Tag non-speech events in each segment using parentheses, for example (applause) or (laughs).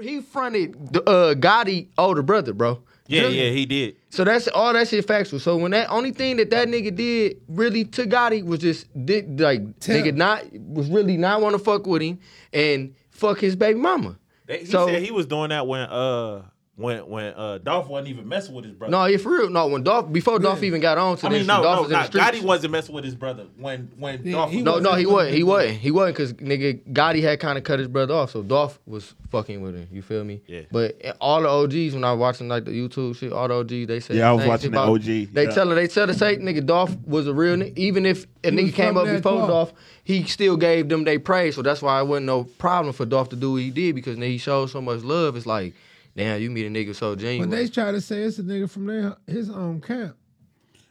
he fronted the, uh, Gotti older brother, bro. Yeah, Really? yeah, he did. So that's all that shit factual. So when that only thing that that nigga did really to Gotti was just did, like Tell. nigga not was really not want to fuck with him and fuck his baby mama. They, he So- said he was doing that when uh when when uh Dolph wasn't even messing with his brother. No, yeah, for real. No, when Dolph before Dolph even got on to I this, mean no, Dolph no, was in the not, streets. Gotti wasn't messing with his brother when when Yeah, Dolph. he was- no, no, he wasn't. He Yeah. wasn't. He wasn't because nigga Gotti had kind of cut his brother off. So Dolph was fucking with him. You feel me? Yeah. But all the OGs when I was watching like the YouTube shit, all the OGs they say. Yeah, the I was same watching shit the about- OG, They yeah. tell her they tell the same nigga Dolph was a real nigga. Even if a was nigga came from up that before cloth. Dolph, he still gave them they praise. So that's why it wasn't no problem for Dolph to do what he did because nigga, he showed so much love. It's like, damn, you meet a nigga so But genuine. they try to say it's a nigga from their his own camp.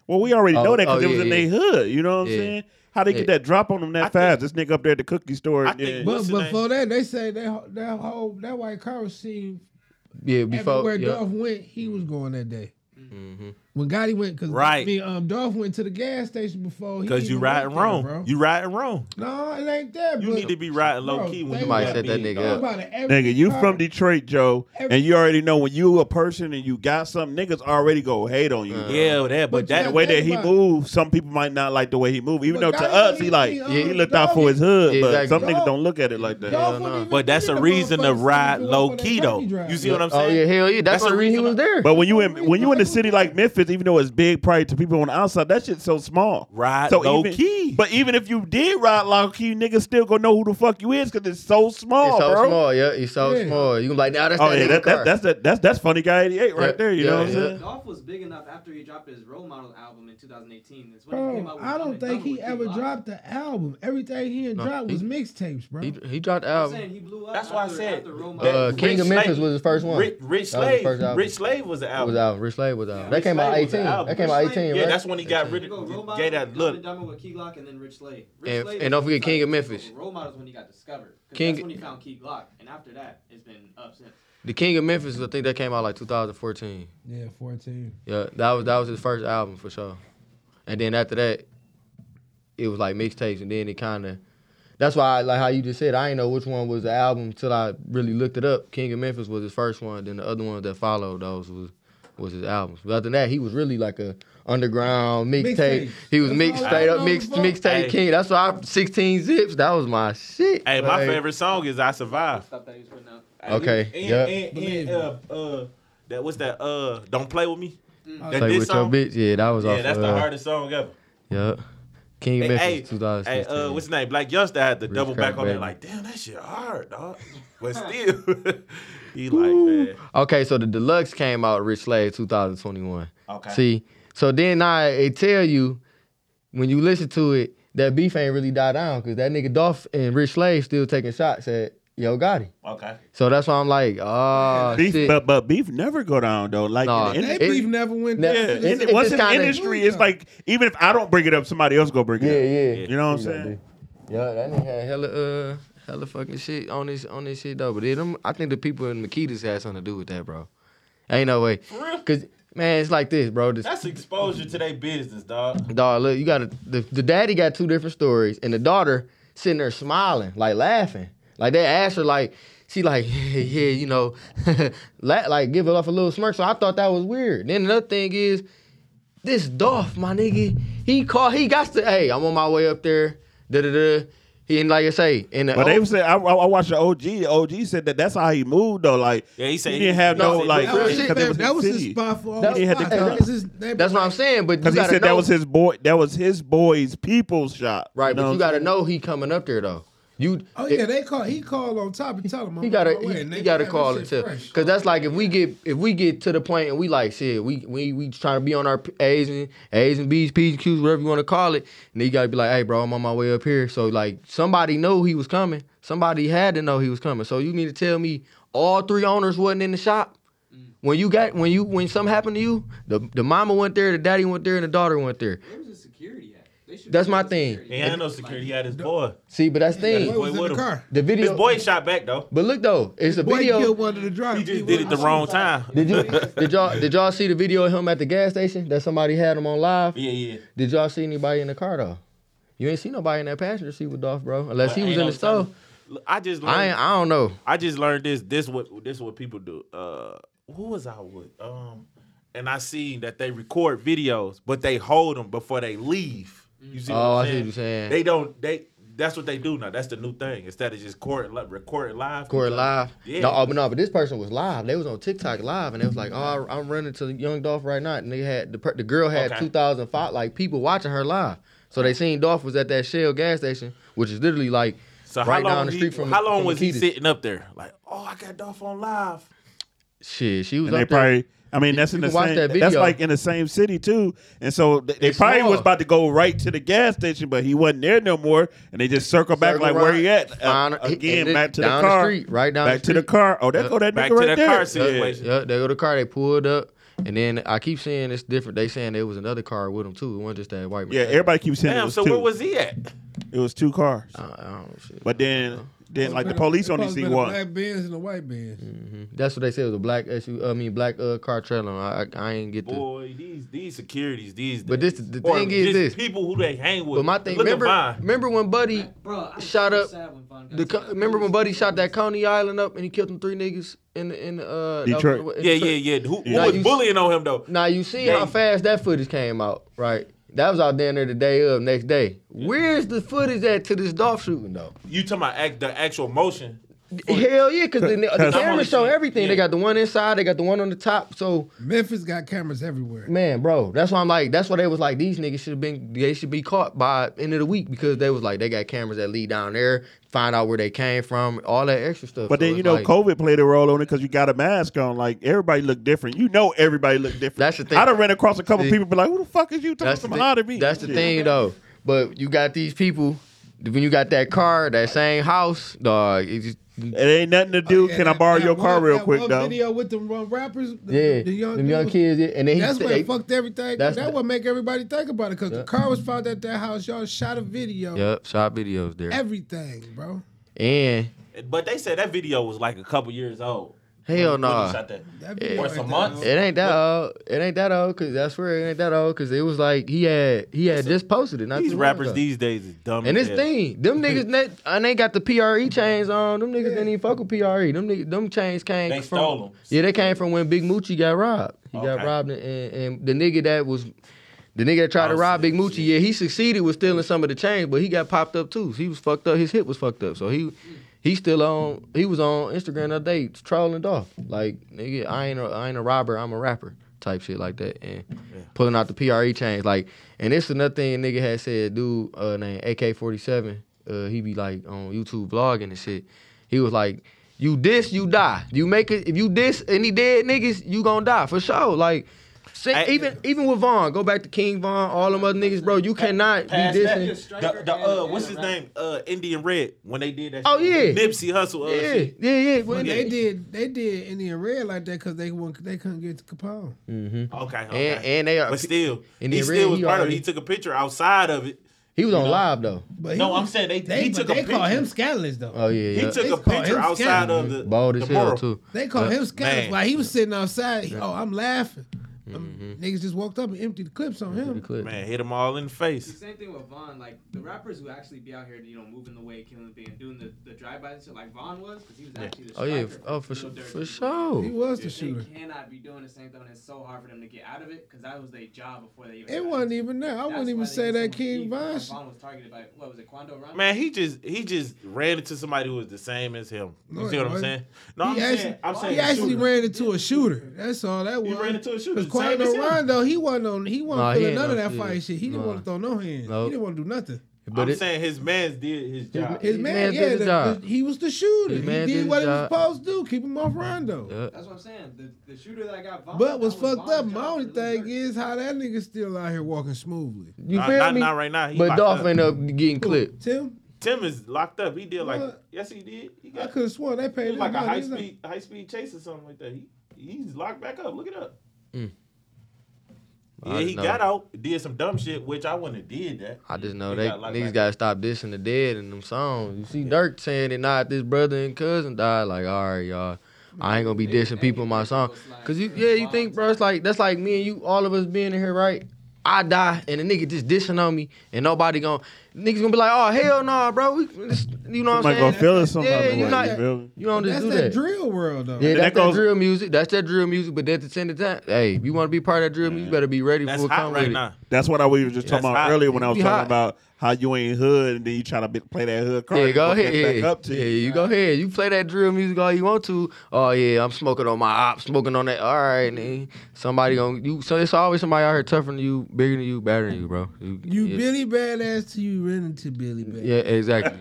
Well, we already Oh, know that because oh, it was yeah, in yeah. their hood. You know what I'm Yeah. saying? How they get Yeah. that drop on them that I fast? This nigga up there at the cookie store. I think- yeah. What's But the name? before that, they say that ho- that whole that white car was seen yeah, before everywhere yeah. Dolph went. He was going that day. Mm-hmm. When Gotti went, because Right. I mean, um, Dolph went to the gas station before. he Cause you even riding went there, wrong. bro. You riding wrong. no, it ain't that. You but need to be riding Bro, low key when they you Somebody got set that beat, nigga dog. up. about it, every Nigga, you car. from Detroit, Joe, Every- and you already know when you a person and you got something, niggas already go hate on you. uh, Uh-huh. Yeah, that, but But that you The got way that he Everybody. moved, some people might not like the way he moved. Even But though to Gotti us, he ain't like even, he um, looked out for his hood, Yeah, but exactly. some niggas Dog- don't look at it like that. Dolph Hell wouldn't no. even But that's be a the reason to motherfucker ride if it low wasn't for key that though. Gotti drive. You see what I'm Oh saying? yeah, hell yeah. That's, That's the a reason he reason was I- there. But when you in That's the when you in the reason. city like Memphis, even though it's big probably to people on the outside, that shit's so small. Ride so low even- key. But even if you did ride low key, niggas still gonna know who the fuck you is because it's so small, It's so bro. small, yeah. It's so Yeah. small. You can be like, nah, that's Oh that yeah, nigga that, car. that, that's that, that's that's funny guy eighty eight right Yeah, there. You know yeah, what I'm yeah. saying? Dolph was big enough after he dropped his role model album in 2018. That's when he came Bro, out with I Dumb don't and think Dumber he with Kid ever Rock. dropped the album. Everything he had No, dropped he- was mixtapes, bro. He, he dropped the I'm album. saying he blew up. That's why I after- said after role model. Uh, Rich King of Slave- Memphis was the first one. Rich, Rich That was the Slave. first album. Rich Slave was the It was album. out. Rich Slade was out. Yeah, that Rich came out Slade was the 18. album. That came out Rich Slade- 18, Yeah, right? that's when he got They rid go role of model, gave that Dumb and look. Dumber with Key Glock, and then Rich Slade. Rich And- Slade and was don't forget the King of first Memphis. Role model is when he got discovered. 'cause King- That's when he found Key Glock, and after that, it's been up since. The King of Memphis, I think that came out like 2014. Yeah, 14. Yeah, that was that was his first album for sure. And then after that, it was like mixtapes, and then it kind of. That's why, I, like how you just said, I ain't know which one was the album till I really looked it up. King of Memphis was his first one. Then the other ones that followed those was was his albums. But other than that, he was really like a underground mixtape. Mixtapes. He was That's mixed all I straight up know mixed about. mixtape Hey. king. That's why I, 16 zips. That was my shit. Hey, my Like, favorite song is "I Survive." Stuff that he was putting out. Okay, And, yeah. and, and, Believe uh, uh, that what's that? Uh, don't play with me. Uh, That Play diss with song? your bitch. Yeah, that was Yeah, off. that's of, the uh, hardest song ever. Yeah. King of Hey, Memphis, hey, hey, 2016. uh, what's his name? Black Youngster had to Rich double back Crack on that. Baby. Like, damn, that shit hard, (laughs) dog. But still, (laughs) he like, man. Okay, so the deluxe came out Rich Slave 2021. Okay. See, so then I it tell you when you listen to it that beef ain't really died down because that nigga Dolph and Rich Slave still taking shots at Yo Gotti. Okay. So that's why I'm like, oh Beef, shit. but but beef never go down though. Like Nah, in the it- They industry, beef never went Yeah, down. yeah, it's- in, it's once in the kinda- industry, it's like even if I don't bring it up, somebody else gonna bring it yeah, up. yeah. You know what I'm saying? Yeah, that nigga had hella uh hella fucking shit on this on this shit though. But then them, I think the people in Makita's had something to do with that, bro. Ain't no way. For real? Cause man, it's like this, (laughs) bro. This That's exposure to their business, dog. Dog, look, you got to the, the daddy got two different stories, and the daughter sitting there smiling, like laughing, like they asked her, like she like (laughs) yeah, you know, (laughs) la- like give it off a little smirk. So I thought that was weird. Then another thing is, this Dolph, my nigga, he called, he got to, hey, I'm on my way up there, da da da. He and like I say, in the But they oh, said I, I I watched the OG. The OG said that that's how he moved though. Like Yeah, he said he- didn't have no, no, he- like That was, shit, because it was that was his his city. spot for all That- the He had to spots. That come. was his- they- that's what I'm saying. But you Because he gotta said know, that was his boy. That was his boy's people's shot. right, know but you what I'm gotta know he coming up there though. You Oh yeah, they call. He called on top and tell him. I'm He on gotta my way, he, and he they gotta had that call shit it too, fresh. cause that's like if we get if we get to the point and we like shit, we we we trying to be on our A's and A's and B's, P's and Q's, whatever you want to call it, and you gotta be like, hey bro, I'm on my way up here. So like somebody know he was coming, somebody had to know he was coming. So you need to tell me all three owners wasn't in the shop Mm. when you got when you when something happened to you. The the mama went there, the daddy went there, and the daughter went there. Where was his security at? They should- That's my the thing. security. He had no security. He had his boy. See, but that's the Boy thing. Boy was in with the him. car. The video. His boy shot back though. But look though, it's a Boy video. killed one of the drivers. He just did it the wrong time. Did you did y'all did y'all see the video of him at the gas station that somebody had him on live? Yeah, yeah. Did y'all see anybody in the car though? You ain't see nobody in that passenger seat with Dolph, bro. Unless But he was ain't in no the store. telling. Look, I just learned, I ain't, I don't know. I just learned this. This what this what people do. Uh, who was I with? Um, and I seen that they record videos, but they hold them before they leave. You see? Oh, I what I'm see saying? what you're saying. They don't. They that's what they do now. That's the new thing. Instead of just court, li- record live. Corey live. Yeah. No, oh, but no, but this person was live. They was on TikTok live, and they was like, "Oh, I- I'm running to Young Dolph right now." And they had the per- the girl had Okay. 2,005 like people watching her live. So they seen Dolph was at that Shell gas station, which is literally like So right how long down the he- street from. how long from was he Akitas. sitting up there? Like, oh, I got Dolph on live. Shit, she was And they up there. probably, I mean, that's in you the can watch same. that That's video. like in the same city too. And so th- they It's probably was small. about to go right to the gas station, but he wasn't there no more. And they just circle back Circle like where around, he at Uh, find- he- again, and then back to the down car, street, right down back the to the street. Uh, car. Oh, there Yep. go that Back nigga to right that there. car situation. Yeah, they go to the car. They pulled up, and then I keep seeing it's different. They saying there was another car with them too. It wasn't just that white man. Yeah, everybody keeps saying it Damn. was So two. where was he (laughs) at? it was two cars, I, I don't know. Shit. but uh, then then like the Been a- police it only probably see been a one. Black Benz and a white Benz. Mm-hmm. That's what they said. It was a black SU. I mean, black uh, car trailer. I, I I ain't get the. Boy, these these securities these. But days. this- the Or thing is just this. people who they hang with. But my thing, Look at remember, mine. remember when Buddy, Bro, I'm Shut so up. sad when Von got the, co- shot. remember when Buddy shot that Coney Island up and he killed them three niggas in the, in the, uh that- Detroit. in Yeah, Detroit? yeah, yeah. Who, who Now was you- bullying on him though? Now you see They- how fast that footage came out, right? That was out down there the day of, next day. Where's the footage at to this Dolph shooting though? You talking about act, the actual motion? Hell yeah, because the, the (laughs) Cause- camera show everything. Yeah. They got the one inside, they got the one on the top. So Memphis got cameras everywhere. man, bro, that's why I'm like, that's why they was like, these niggas should have been, they should be caught by end of the week because they was like, they got cameras that lead down there, find out where they came from, all that extra stuff. But So then you it's know like- COVID played a role on it because you got a mask on. Like everybody looked different. You know everybody looked different. That's the thing. I done ran across a couple See? people be like, "Who the fuck is you That's talking the, from thing, out of me?" that's the Shit. thing though. But you got these people. When you got that car, that same house, dog. It just, It ain't nothing to do. Yeah, Can I that- borrow that your car one- real that quick one though? Video with them uh, rappers, the, yeah, the young, them young dudes. kids, yeah, and then he That's what they- fucked everything. that's that the- what make everybody think about it because the car was found at that house. Y'all shot a video. Yep, shot videos there, Everything, bro. and But they said that video was like a couple years old. hell When he no, shot that. That Yeah. video Or ain't some that months. old. it ain't that old. It ain't that old, cause that's where it ain't that old, cause it was like he had he had just posted it. Not These too long rappers ago. these days is dumb. And as this hell. thing, (laughs) them niggas, net, and they got the PRE chains on. Them niggas didn't even fuck with PRE. Them niggas, them chains came. They from, stole 'em. Yeah, they came from when Big Moochie got robbed. He got Okay. robbed, and, and the nigga that was, the nigga that tried I to rob see, Big Moochie, see. yeah, he succeeded with stealing some of the chains, but he got popped up too. He was fucked up. His hip was fucked up. So he, he still on. He was on Instagram the other day trolling off like nigga, I ain't a, I ain't a robber. I'm a rapper. Type shit like that, and pulling out the PRE chains like. And this another thing nigga had said, dude uh, named AK forty seven. Uh, he be like on YouTube vlogging and shit. He was like, "You diss, you die. You make it. If you diss any dead niggas, you gonna die for sure." Like, say, Hey. even even with Vaughn, go back to King Vaughn, all them other niggas, bro. You cannot be Past dissing. that, the, the, uh, what's his name? Uh, Indian Red. When they did that. Oh, shit. yeah. Nipsey Hustle. Uh, Yeah, shit. yeah, yeah. But When they did, they did Indian Red like that because they won't, they couldn't get to Capone. Okay. Mm-hmm. okay. and, and they are. but still, Indian he Red, still was he part of it. already- He took a picture outside of it. he was on know. live though. But No, was- I'm saying they- they he took a they call picture. him scandalous though. Oh yeah, He yeah. took They a call him picture outside of the Bald the as hell mural. too. They call Uh, him scandalous. man. While he was sitting outside, he- oh, I'm laughing. Um, Niggas just walked up and emptied the clips on Pretty him. Mm-hmm. clip. Man, hit them all in the The face. same thing with Vaughn. Like the rappers who actually be out here, you know, moving the way, killing the thing, and doing the, the drive-bys and shit, like Vaughn was, because he was actually the Oh yeah. striker Oh for the sure. Dirty For Bird. He sure. was the They shooter. cannot be doing the same thing. and It's so hard for them to get out of it because that was their job before they even. It got wasn't it. even there. I That's wouldn't why even they say got so that much King beef, because Von. shit. Vaughn was targeted by what was it, Quando Rhymes? Man, he just he just ran into somebody who was the same as him. You No, see it what I'm wasn't. saying? No, he I'm actually, saying I'm he saying the actually shooter. ran into a shooter. That's all that was. ran into a shooter, Because same as him. Quando Rondo, he wasn't on. He wasn't Nah, he feeling ain't none of no that shit. fight shit. He didn't Nah. want to throw no hands. He Nope. didn't want to do nothing. But I'm it, saying his man's did his job. His His man, man yeah, did his the- job. the- he was the shooter. His he man did, did his what he was job. supposed to do. Keep him off Rondo. yeah. That's what I'm saying. The, the shooter that got Vaughn. But what's that was fucked Vaughn's up, my job. only It was thing dirty. is how that nigga still out here walking smoothly. You Not- feel not- me? not right now. He but locked Dolph up. ended up getting clipped. Tim, Tim is locked up. He did like What? yes, he did. He I got could have sworn they paid it was him like a money. high It's like- speed high speed chase or something like that. He he's locked back up. Look it up. Mm. Yeah, I he know. got out, did some dumb shit, which I wouldn't have did that. I just know He they got locked niggas back gotta stop dissing the dead in them songs. You see Dirk saying it not this brother and cousin died. Like, all right, y'all. I ain't gonna be dissing people in my song. Cause you yeah, you think, bro, it's like that's like me and you, all of us being in here, right? I die and a nigga just dissing on me and nobody gonna niggas gonna be like, oh hell no, bro. We, this, you know what I'm Somebody saying? gonna feel it somehow. yeah, boy, you're not- you feel me? You don't just That's do that, that. drill world though. Yeah, And that's that that goes- drill music. That's that drill music. But at the same time, hey, if you want to be part of that drill music, you better be ready That's for it. hot Come right with now. That's what I was just That's talking about hot. earlier when I was Be talking hot. about how you ain't hood and then you try to be, play that hood it. card. Yeah, go and ahead. get Yeah, Back up to yeah, you. you go ahead. You play that drill music all you want to. Oh yeah, I'm smoking on my op, smoking on that. All right, then somebody gonna you. So it's always somebody out here tougher than you, bigger than you, better than you, bro. You yeah, Billy Badass till you run into Billy Badass. Yeah, (laughs) exactly.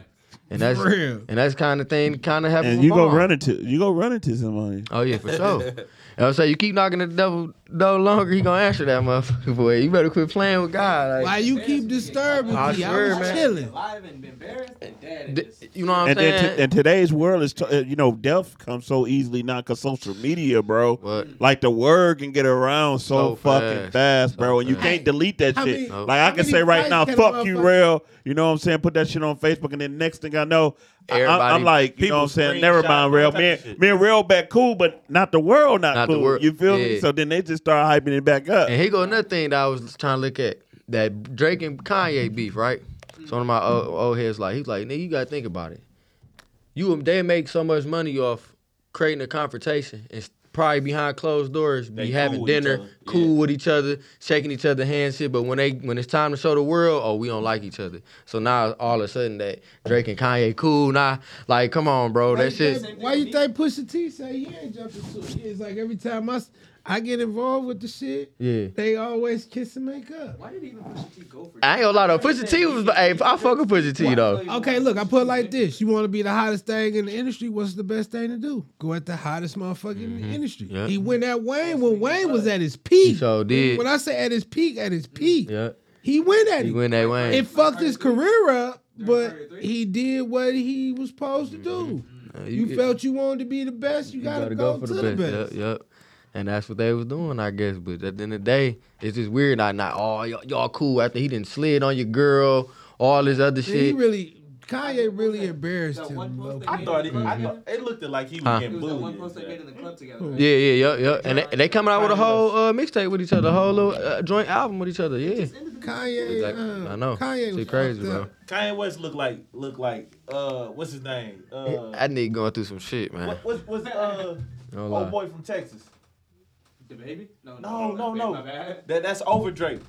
And that's For real. and that's kind of thing kind of happens. And you go gonna run into you gonna run into somebody. Oh yeah, (laughs) for sure. And I say you keep knocking the devil door longer, he gonna answer that motherfucker. (laughs) Boy, you better quit playing with God. Why Like, you keep disturbing me? I I, swear, was man. chilling. Alive and been embarrassed and dead. d- is- you know what I'm And saying? then t- and today's world is t- uh, you know death comes so easily now because social media, bro. What? Like the word can get around So so, fucking fast. fast, bro, and you fast. can't delete that How shit. many- like I how can many say right fights now, can a fuck you, motherfucker- real. You know what I'm saying? Put that shit on Facebook, and then next thing I know, I, I, Everybody- am like, you know People what I'm saying? Never screenshot mind, all real. type Me, of and- shit. me and real back cool, but not the world, not, Not the cool. world, You feel me? yeah. So then they just start hyping it back up. And here go another thing that I was trying to look at that Drake and Kanye beef, right? So one of my old, old heads like he's like, nigga, you gotta think about it. You they make so much money off creating a confrontation and s- probably behind closed doors be They having cool with each dinner, other, yeah. cool with each other, shaking each other hands, shit. But when they when it's time to show the world, oh, we don't like each other. So now all of a sudden that Drake and Kanye cool now, like come on, bro, Why that you shit. think- Why you think Pusha T say he ain't jumping to it? It's like every time I, s- I get involved with the shit, Yeah. they always kiss and make up. Why did even Pusha T go for I ain't gonna lie though. Pusha T was, hey, I fuck with Pusha T though. Okay, look, I put it like this: you want to be the hottest thing in the industry. What's the best thing to do? Go at the hottest motherfucker in Mm-hmm. the industry. Yeah. He went at Wayne when Wayne was at his peak. sure did. When I say at his peak, at his peak, Yeah, (laughs) he went at he it. went that way. It fucked his career up, but 33? he did what he was supposed to do. Mm-hmm. Uh, You felt you wanted to be the best, you, gotta, go, to the Yep, best. yep. And that's what they was doing, I guess. But at the end of the day, it's just weird. Not, not oh, y'all, y'all cool after he didn't slid on your girl, all this other And He shit. really, Kanye really embarrassed That him. one post low-key. that I thought it. I thought, it looked like he was Huh. It getting was that one bullied. post they made in the club together. right? Yeah, yeah, yeah, yeah. And they, they coming out with a whole uh, mixtape with each other, a whole little uh, joint album with each other. Yeah, Kanye, Exactly. um, I know. Kanye Shit was crazy, fucked bro. up. Kanye West looked like looked like uh what's his name? Uh I need going through some shit, man. what, what's what's uh No old lie. boy from Texas? The baby? No, No, no, Baby, no. My bad. That that's over Drake.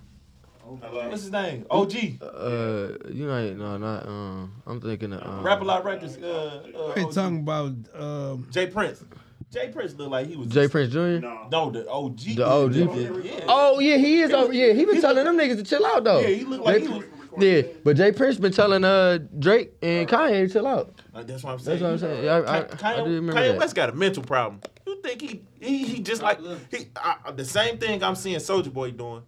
Oh, my What's his name? OG. Uh, you know, no, not. Um, I'm thinking. Of, um, Rap a lot records. Uh, uh They OG. talking about um, Jay Prince. Jay Prince looked like he was Jay Prince Jr. No, the OG. The OG. Yeah. Oh yeah, he is over. Yeah, he been telling them niggas to chill out though. Yeah, he look like Jay- he was- Yeah, but Jay Prince been telling uh Drake and Kanye to chill out. Like, that's what I'm saying. That's what I'm saying. Yeah, I, I, Kanye, I do remember Kanye that. West got a mental problem. You think he he, he just like he I, the same thing I'm seeing Soldier Boy doing.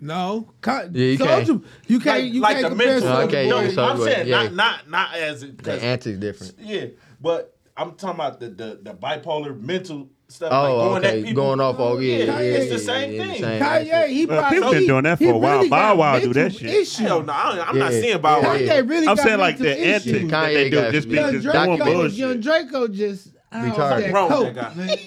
no, Ka- Yeah, you Soulja- can't. you can't, like you like can't the compare mental. Soulja Soulja Okay, no, yeah, Boy. Soulja I'm Boy, saying yeah. not not not as The antics different. yeah, but I'm talking about the the, the bipolar mental stuff. Oh, like going okay, at people. going off. Oh yeah, yeah, Yeah, it's yeah, the same yeah, yeah, thing. Kanye, he Well, probably people been he- doing that he for a while. really Bow got Wow do that mental shit. issues. Hell no, I, am not Yeah. seeing Bow Wow. Yeah. Kanye really I'm got saying like the mental issues. antics that Kanye they do got just be some Young just doing Draco, documented- bullshit. young Draco just howled Retarded. that Wrong coat. with that man.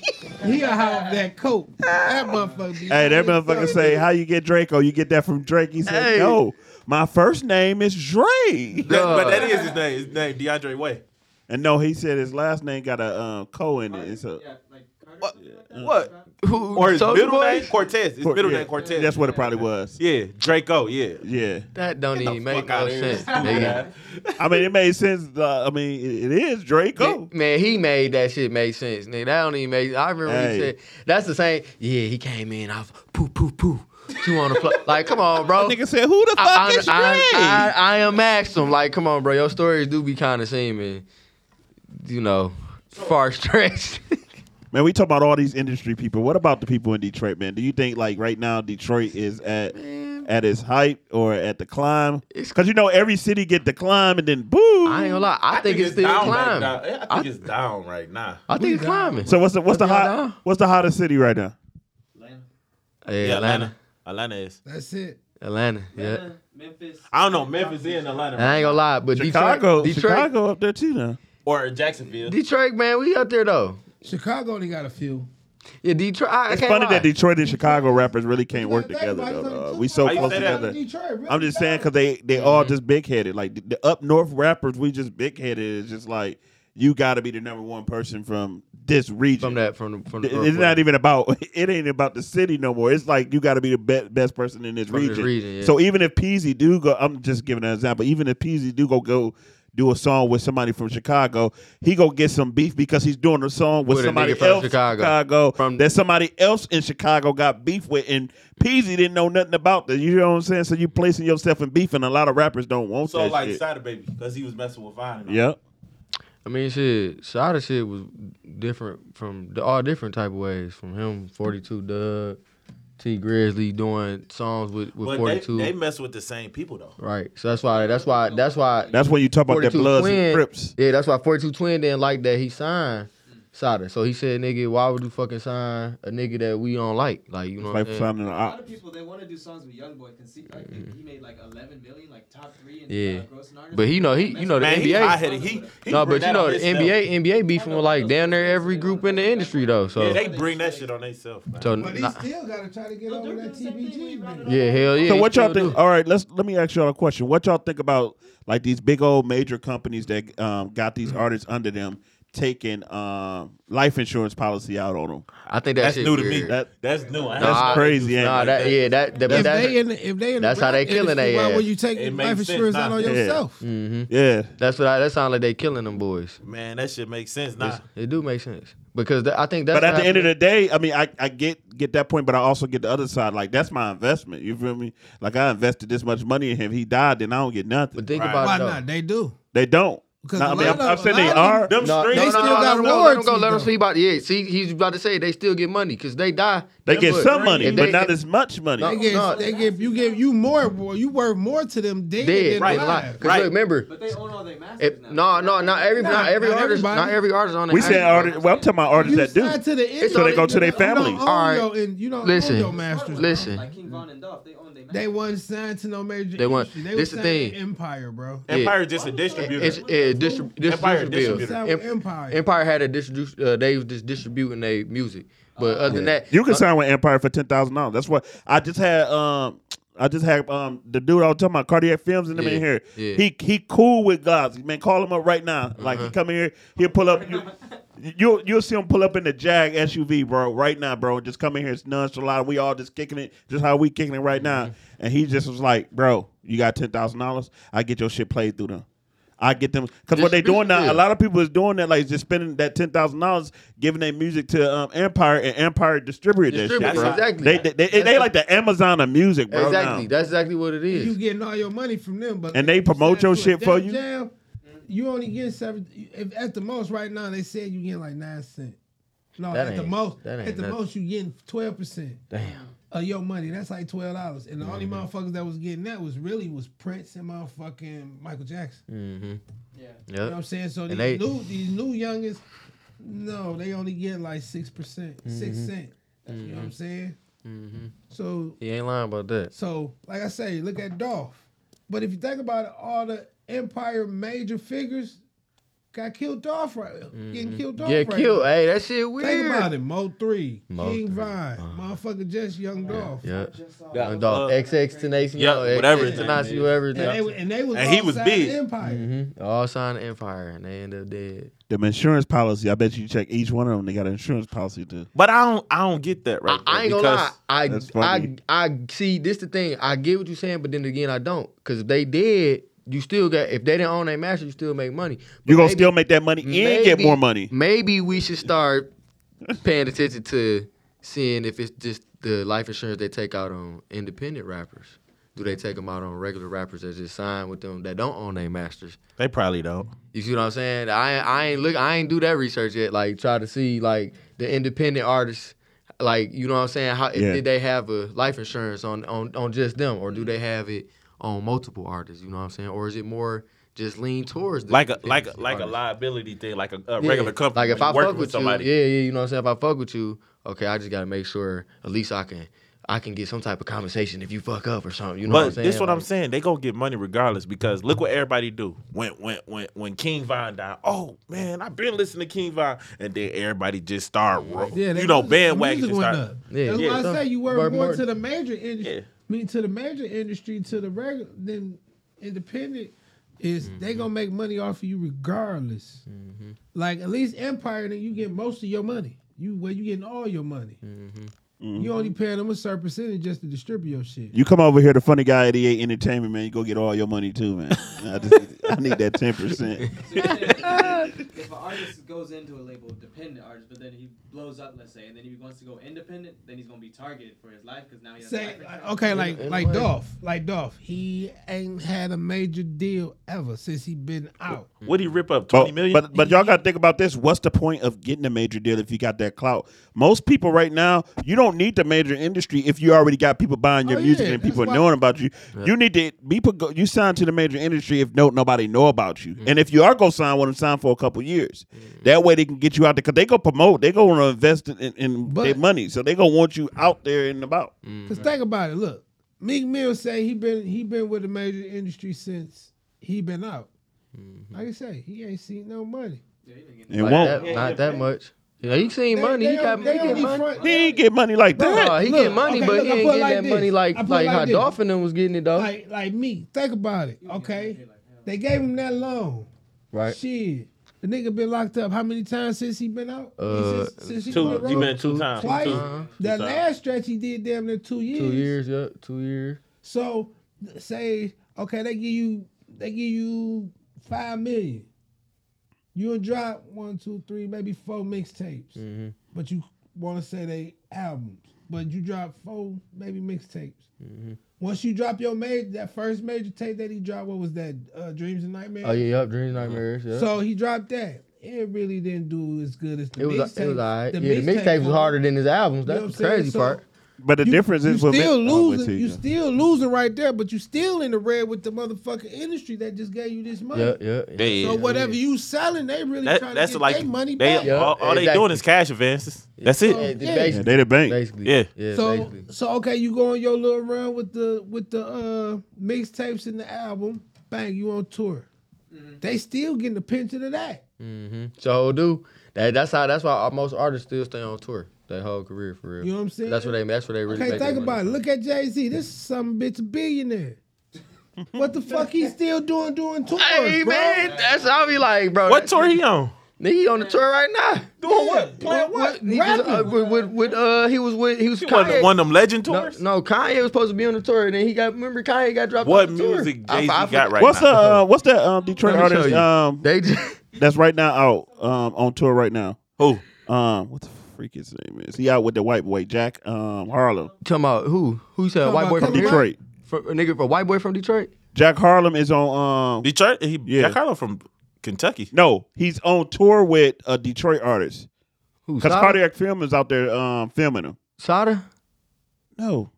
he howled that coat. That motherfucker. be- Hey, that motherfucker say, "How you get Draco? You get that from Drake?" He said, Hey. "No, my first name is Drake." That- Duh. but that is his name. His name DeAndre Way. And no, he said his last name got a um, co in it. It's a Yeah, like Carter, What? something like that? What? Who, Or his Soulja middle Boy? name Cortez. His Cor- middle yeah. name Cortez. That's what it probably was. yeah, Draco. Yeah. Yeah, That don't even make Fuck no outta here. sense. (laughs) nigga. I mean, it made sense. uh, I mean, it, it is Draco. Man, he made that shit make sense, nigga. That don't even make. I remember he Hey. said that's the same. Yeah, he came in off poo poo poo. Two on the floor. Like, come on, (laughs) bro. Nigga said, "Who the fuck I, is I, I, Drake?" I, I am asked him like, come on, bro, your stories do be kind of seeming, you know, far stretched. (laughs) Man, we talk about all these industry people. What about the people in Detroit, man? Do you think like right now Detroit is at Man. at its height or at the climb? It's- Because you know every city get the climb and then boom. I ain't gonna lie, I, think, it's still down climbing. Right now. I think it's down right now. I think it's climbing. So what's the what's the Y'all hot down? what's the hottest city right now? Atlanta, yeah, Atlanta, Atlanta is. That's it. Atlanta, yeah. Atlanta, Memphis. I don't know. Memphis in Atlanta I ain't gonna lie, but Chicago, Detroit, Detroit, Chicago up there too now. or Jacksonville. Detroit, man, we up there though. Chicago only got a few. Yeah, Detroit. I, I It's can't funny lie. that Detroit and Chicago rappers really can't Think work about together. that, Though, Mike, like, dog. two we so times close say that? together. Detroit, really I'm just saying because they they all just big headed. Like the, the up north rappers, we just big headed. It's just like you got to be the number one person from this region. from that from the, from the It- It's not even about (laughs) it ain't about the city no more. It's like you got to be the be- best person in this From this region. region, yeah. So even if Peasy do go, I'm just giving an example. Even if Peasy do go go do a song with somebody from Chicago, he go get some beef because he's doing a song with, With a somebody nigga from else Chicago. From- from that somebody else in Chicago got beef with, and Peasy didn't know nothing about that. You know what I'm saying? So you placing yourself in beef, and a lot of rappers don't want So that like shit. Cider Baby, because he was messing with Vine. and all. Yep. I mean, shit, Sada shit was different from the, all different type of ways. From him, 42 Doug, T Grizzly doing songs with, with But 42. they, they mess with the same people though. right. So that's why, that's why, that's why, That's when you talk about that 42 Bloods Twin- and Crips. yeah, that's why 42 Twin didn't like that he signed Sada. So he said, nigga, why would you fucking sign a nigga that we don't like? Like, you know Like what I'm saying? signing an A lot op. of people they want to do songs with YoungBoy. Can see like he made like 11 million, like top three in Mm-hmm. Yeah. uh, grossing artists. But he know- he- you know the Man, he NBA high headed. He, he No, bring but you that know, on the himself. NBA, NBA beefing with like down there every group in the industry, though. So, Yeah, they bring that shit on themselves, man. so But he nah- still got to try to get No, over they're that doing the same thing, we TBG. rounded bit. up. yeah, hell yeah. So he what y'all still do. think? All right, let's let me ask y'all a question. What y'all think about like these big old major companies that um, got these artists under them taking um, life insurance policy out on them? I think that That's shit new to weird. me. That, that's new. I Nah, That's I- crazy, ain't Nah, it? that, yeah, that, that, If that's, they in, the- if they in the that's how they rap killing industry, they Why ass. would you It take life makes sense insurance now. out on Yeah. yourself? Yeah, Mm-hmm. that's what I, that sounds like they killing them boys. Man, that shit makes sense now. It's- It do make sense because that, I think that's. but at what the end of happened. the day, I mean, I, I get get that point, but I also get the other side. Like that's my investment. You feel me? Like I invested this much money in him. He died, then I don't get nothing. but think Right. about Why it though. not? They do. They don't. Because Nah, a I mean, lot I'm, I'm of- saying a they lot of are. them- Them streets, They no, still no, got no, no, let him go. warranties, Let him though. speak about it. Yeah, see, he's about to say they still get money because they die. They get But- some money, if but they- not as much money. No. They get, Nah. they give you give you more. boy. You worth more to them dead, Dead, than right? alive. Because Right. look, remember, But they own all their masters if, no, now. no, not every, not Nah, every not artist, not everybody. every artist on that. We said artists. Well, I'm talking about artists You that do. signed to the It's industry. so they go to their You don't families. All own right. your- and you don't Listen. own your masters. Listen. Like King Von and Duff, they own their masters. They wasn't signed to no major. They weren't- industry. They this were the signed to thing. Empire, bro. Empire is just a distributor. It's it, distrib- Empire distribution bill. distributor. Signed Em- with Empire. Empire had a distribution. Uh, they was just distributing their music, but other than that, You can uh, sign with Empire for ten thousand dollars. That's what I just had. Um, I just had um the dude I was talking about cardiac films in the Yeah, in here. yeah. Uh-huh. He he cool with gods. Man, call him up right now. Like he come in here, he'll pull up. You, you you'll see him pull up in the Jag SUV, bro. Right now, bro. Just come in here. It's nonchalant. We all just kicking it, just how we kicking it right Mm-hmm. now. And he just was like, bro, you got ten thousand dollars. I get your shit played through them. I get them because what they doing now. Distribution, yeah. A lot of people is doing that, like just spending that ten thousand dollars, giving their music to um, Empire, and Empire distributed that shit. Distribute, bro. exactly. They they, they, they like the Amazon of music, bro. exactly. now. That's exactly what it is. You getting all your money from them, but And they if you promote signed your to a shit for Def you? Jam, you only get seven. If at the most, right now they said you getting like nine cent. No, That at the ain't- most, that ain't at the nothing. most you getting twelve percent Damn. of your money. That's like twelve dollars. And the only motherfuckers that was getting that was really was Prince and motherfucking Michael Jackson. Mm-hmm. Yeah. Yep. You know what I'm saying? So these they- new these new youngest, no, they only get like six percent, six Mm-hmm. cent. You know what I'm saying? So He ain't lying about that. so like I say, look at Dolph. But if you think about it, all the Empire major figures got killed off right getting killed off Mm-hmm. Yeah, right kill. now. Hey, that shit weird. Think about it, Mo three, Mo King three. Uh-huh. Vine, motherfucker, just Young Dolph. Yeah. Just saw Young Dog. Uh, XX Tenacious. yeah, Dog, whatever XX, his name Tenacious, is. whatever. And, they, and they was And he all was signed to big. Empire. mm-hmm. All signed Empire, and they end up dead. Them insurance policy. I bet you check each one of them. They got an insurance policy too. But I don't I don't get that right. I, I there ain't gonna lie. because I, That's I funny. I see. This the thing. I get what you're saying, but then again, I don't. Cause if they did, you still got. If they didn't own their master, you still make money. But You gonna maybe- still make that money and get more money. Maybe we should (laughs) start paying attention to seeing if it's just the life insurance they take out on independent rappers. Do they take them out on regular rappers that just sign with them that don't own their masters? They probably don't. You see what I'm saying? I I ain't look I ain't do that research yet. Like try to see like the independent artists, like you know what I'm saying? How Yeah. did they have a life insurance on, on on just them, or do they have it on multiple artists? You know what I'm saying? Or is it more just lean towards the Like a independent like a, like a artists? liability thing, like a, a Yeah. regular company. Like if when I you working fuck with somebody. you, yeah, yeah, you know what I'm saying. If I fuck with you, okay, I just gotta make sure at least I can I can get some type of compensation if you fuck up or something. You know what I'm But saying? this what I'm Like, saying. They gonna get money regardless because look what everybody do. When when when when King Von died, oh man, I've been listening to King Von, and then everybody just start, ro- that you know, music- the bandwagon. music just went start- up. Yeah, That's yeah. why I say you were Bert more to Martin. the major industry. Yeah. I mean, to the major industry, to the regular, then independent is they Mm-hmm. gonna make money off of you regardless. Like at least Empire, then you get most of your money. You well, you getting all your money. Mm-hmm. You only paying them a certain percentage just to distribute your shit. You come over here to Funny Guy 88 Entertainment, man. You go get all your money too, man. I, just, I need that 10%. So you're saying if an artist goes into a label, dependent artist, but then he blows up, let's say, and then he wants to go independent, then he's gonna be targeted for his life because now he has Say uh, life insurance. okay, like in a like way. Dolph, like Dolph. He ain't had a major deal ever since he been out. What he rip up twenty But, million? but but y'all got to think about this. What's the point of getting a major deal if you got that clout? Most people right now, you don't need the major industry if you already got people buying your Oh, music yeah, and that's people why- knowing about you. You need to people go, you sign to the major industry if no nobody know about Mm. you. And if you are gonna sign one, sign for a couple years. That way they can get you out there because they go promote. They gonna invest in, in, in But- Mm. their money, so they gonna want you out there and about. Cause think about it. Look, Meek Mill say he been he been with the major industry since he been out. Like I say, he ain't seen no money. Yeah, he didn't get And like won't. that- not that much. Yeah, he seen money. He got don't- he don't get money. front- He ain't get money like Bro, that. Nah, he Look, get money, okay, but look, he I ain't put it getting like that this. money like I put like, it like how this. Dolphin them was getting it though. Like like me. Think about it. Okay, they gave him that loan. right. Shit, the nigga been locked up how many times since he been out? Uh, since, since he two. went You rogue? been two times. Twice. Two. That Two times. last stretch he did damn near two years. Two years, yeah, two years. So say okay, they give you they give you five million. You'll drop one, two, three, maybe four mixtapes, Mm. but you want to say they albums, but you drop four maybe mixtapes. Mm-hmm. Once you drop your major, that first major tape that he dropped, what was that? Uh, Dreams and Nightmares. Oh yeah, yep, dreams, nightmares. Yeah. So he dropped that. It really didn't do as good as the it was mixtape. it was alright. Yeah, the mixtape was harder than his albums. That's the crazy part. But the You- difference is you with still me- oh, wait losing. till you go. still losing right there, but you still in the red with the motherfucking industry that just gave you this money. Yeah, yeah. yeah. Yeah, yeah. So whatever you selling, they really That- trying that's to get like their money they, back. Yeah, all, all they exactly. doing is cash advances. That's it. Yeah, Yeah. Basically, Yeah, they the bank. basically. Yeah. Yeah, so basically. so okay, you go on your little run with the with the uh mixtapes and the album. Bang, you on tour. Mm-hmm. They still getting the pinch of that. hmm So do that. That's how. That's why most artists still stay on tour their whole career for real. You know what I'm saying? That's what they. That's what they really. Okay, make their think money about it. from. Look at Jay Z. This some bitch (laughs) a billionaire. what the fuck he still doing doing tours, Hey bro? man, that's I'll be like, bro. What that- tour he on? Nigga on the tour right now. Doing what? Playing what? He was, uh, with, with, with uh he was with he was He Kanye. wasn't one of them legend no, tours. no, Kanye was supposed to be on the tour, and then he got remember Kanye got dropped. What off the tour. music I- Jay Z I- got right What's now? the uh, what's that um, Detroit Let me show artist you. um, They just, (laughs) that's right now out um, on tour right now. Who? Um, what the freak his name is? He out with the white boy Jack um, Harlem talking about who? Who said a Talking white boy about from Kanye? Detroit? Detroit. From, a nigga, a white boy from Detroit? Jack Harlem is on. Um, Detroit. He, Yeah. Jack Harlow from Kentucky. no, he's on tour with a Detroit artist Who? because Sada? Cardiac Film is out there um, filming him. Sada? No,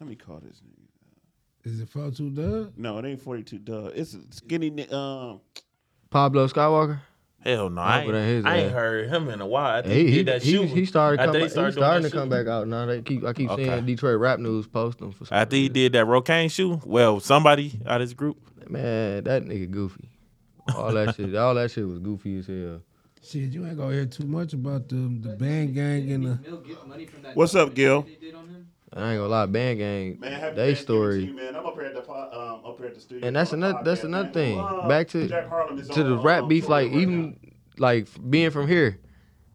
let me call this. Name. Is it four two dub? No, it ain't forty two. Duh, it's a skinny. ni- Um, Pablo Skywalker? Hell no, I Hope it ain't, ain't his I ain't ass. heard him in a while. I think He he, he, did that he, shooting. he started I coming. think he He started, doing starting that to come shooting. back out now. They keep I keep Okay. seeing Detroit rap news post them for some After he reason. did that Rocaine shoe, well, somebody out of his group. Man, that nigga goofy. All that shit, all that shit was goofy as hell. Shit, you ain't gonna hear too much about them the band gang and the Mill get money from that What's up, Gil? documentary they did on him. I ain't gonna lie, Band Gang, they story. man. I'm up here at the um, up here at the studio. And that's another that's another thing. Back to to the um, rap beef, like even like being from here,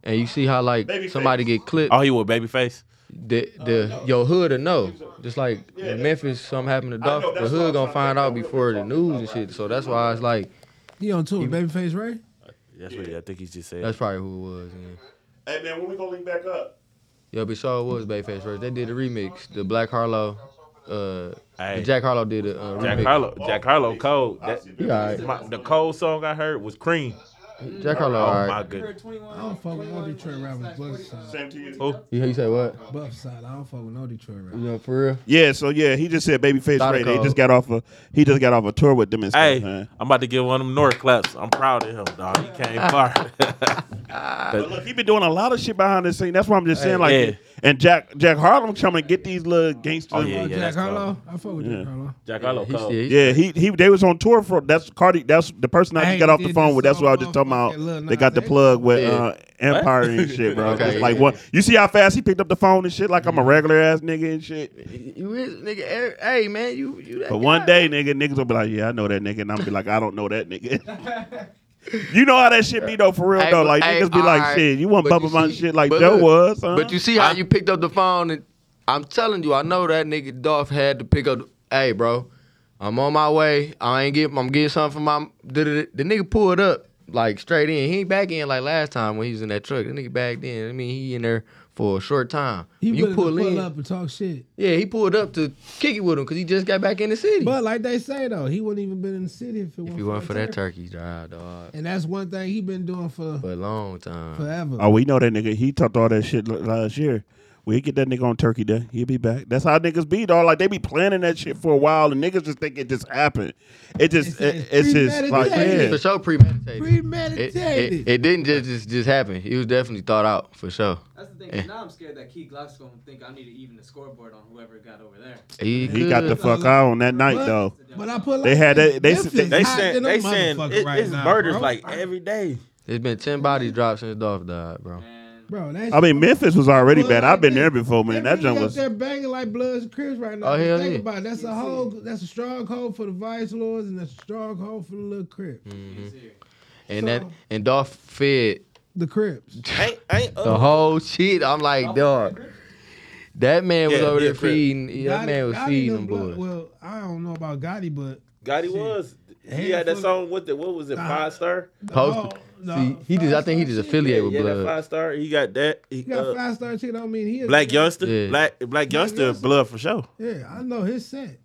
and you see how like Babyface. Uh, somebody get clipped, Oh, he with Babyface. the the your hood or no, just like in Memphis, something happened to know, Dolph, the that's what I'm hood gonna trying find to- out before the news and shit. So that's why it's like he on tour, Babyface Ray. That's what I think he just said. that's probably who it was. Yeah. Hey man, when we gonna link back up? Yeah, but so it was Babyface first. They did a remix, the Black Harlow, uh, Hey. Jack Harlow did a uh, Jack remix. Harlow. Jack Harlow cold. That, He alright. my, the cold song I heard was Cream. Jack Harlow, Oh alright. my I goodness. heard 21. I don't fuck with no Detroit rappers, buff side. Same to you. Who? You, you say what? Buff side, I don't fuck with no Detroit You rappers. know, for real. Yeah, so yeah, he just said Babyface Thought it Ray. They called. just got off a he just got off a tour with them and stuff. Hey, man. I'm about to give one of them North claps. I'm proud of him, (laughs) dog. He came far. But look, he been doing a lot of shit behind the scene. That's why I'm just saying, like, yeah. And Jack Jack Harlem trying to get these little gangsters. Oh, yeah, yeah. Jack that's Harlow. cold. I fuck with Yeah. Jack Harlow. Jack Yeah, Harlow he cold. still- he- Yeah, he he they was on tour for that's Cardi that's the person I just Hey, got off did the phone this with. That's what I was song just talking fuck that about. Lil They got the Nas X. plug with Yeah. uh, Empire and shit, bro. Okay, Just like yeah. what you see how fast he picked up the phone and shit, like I'm a regular ass nigga and shit. You is nigga. eh, Hey man, you you. That But one guy. day, nigga, niggas will be like, Yeah, I know that nigga, and I'm be like, I don't know that (laughs) nigga. you know how that shit be though, for real Hey, though. but- Like hey, niggas be like, alright, shit, you want but bubble you my see- shit like but Joe look, was, huh? But you see how you picked up the phone, and I'm telling you, I know that nigga Dolph had to pick up. Hey, bro, I'm on my way. I ain't get. I'm getting something from my. The, the nigga pulled up like straight in. He ain't back in like last time when he was in that truck. The nigga back then. I mean, he in there for a short time. He When you willing to pull pull in, up and talk shit. yeah, he pulled up to kick it with him because he just got back in the city. But like they say though, he wouldn't even been in the city if if it wasn't you for, want for that turkey. turkey drive, dog, And that's one thing he been doing for for a long time. forever. Oh, we know that nigga. He talked all that shit l- last year. We get that nigga on Turkey Day. He'll be back. That's how niggas be, dog. Like they be planning that shit for a while, and niggas just think it just happened. It just, It's- it, it's it's just like premeditated. yeah. For sure, premeditated. It, Premeditated. it, it didn't just, just just happen. It was definitely thought out for sure. That's the thing. 'cause Now I'm scared that Key Glock's gonna think I need to even the scoreboard on whoever got over there. He, He got the could. fuck out on that night But- though. but I put like They had that- they- Memphis they- They hot saying than a they saying motherfucker it, right it's now, murders bro. like every day. It's been ten bodies dropped since Dolph died, bro. And Bro, that I mean, Memphis was already Well, bad. like I've been that- there before, man. That junk was. They're banging like Bloods and Crips right now. Oh, hell Think yeah. about it. That's a whole. That's a stronghold for the Vice Lords and that's a stronghold for the little Crips. he's here. And that and Dolph fed The Crips. Ain't ain't the Oh. uh, whole shit. I'm like, dog, that man was Yeah, over yeah, there Crip. feeding. Yeah, that man was feeding them blood- boys. Well, I don't know about Gotti, but Gotti Shit. was. He Yeah, had that fuck. song with the what was it? Nah. Five star. Post- See, he just. I think he just affiliated with yeah, that blood. five star. He got that. He, You got uh, five star chick. I mean, he is- Black youngster, Yeah. black black youngster, Youngster. blood for sure. Yeah, I know his set.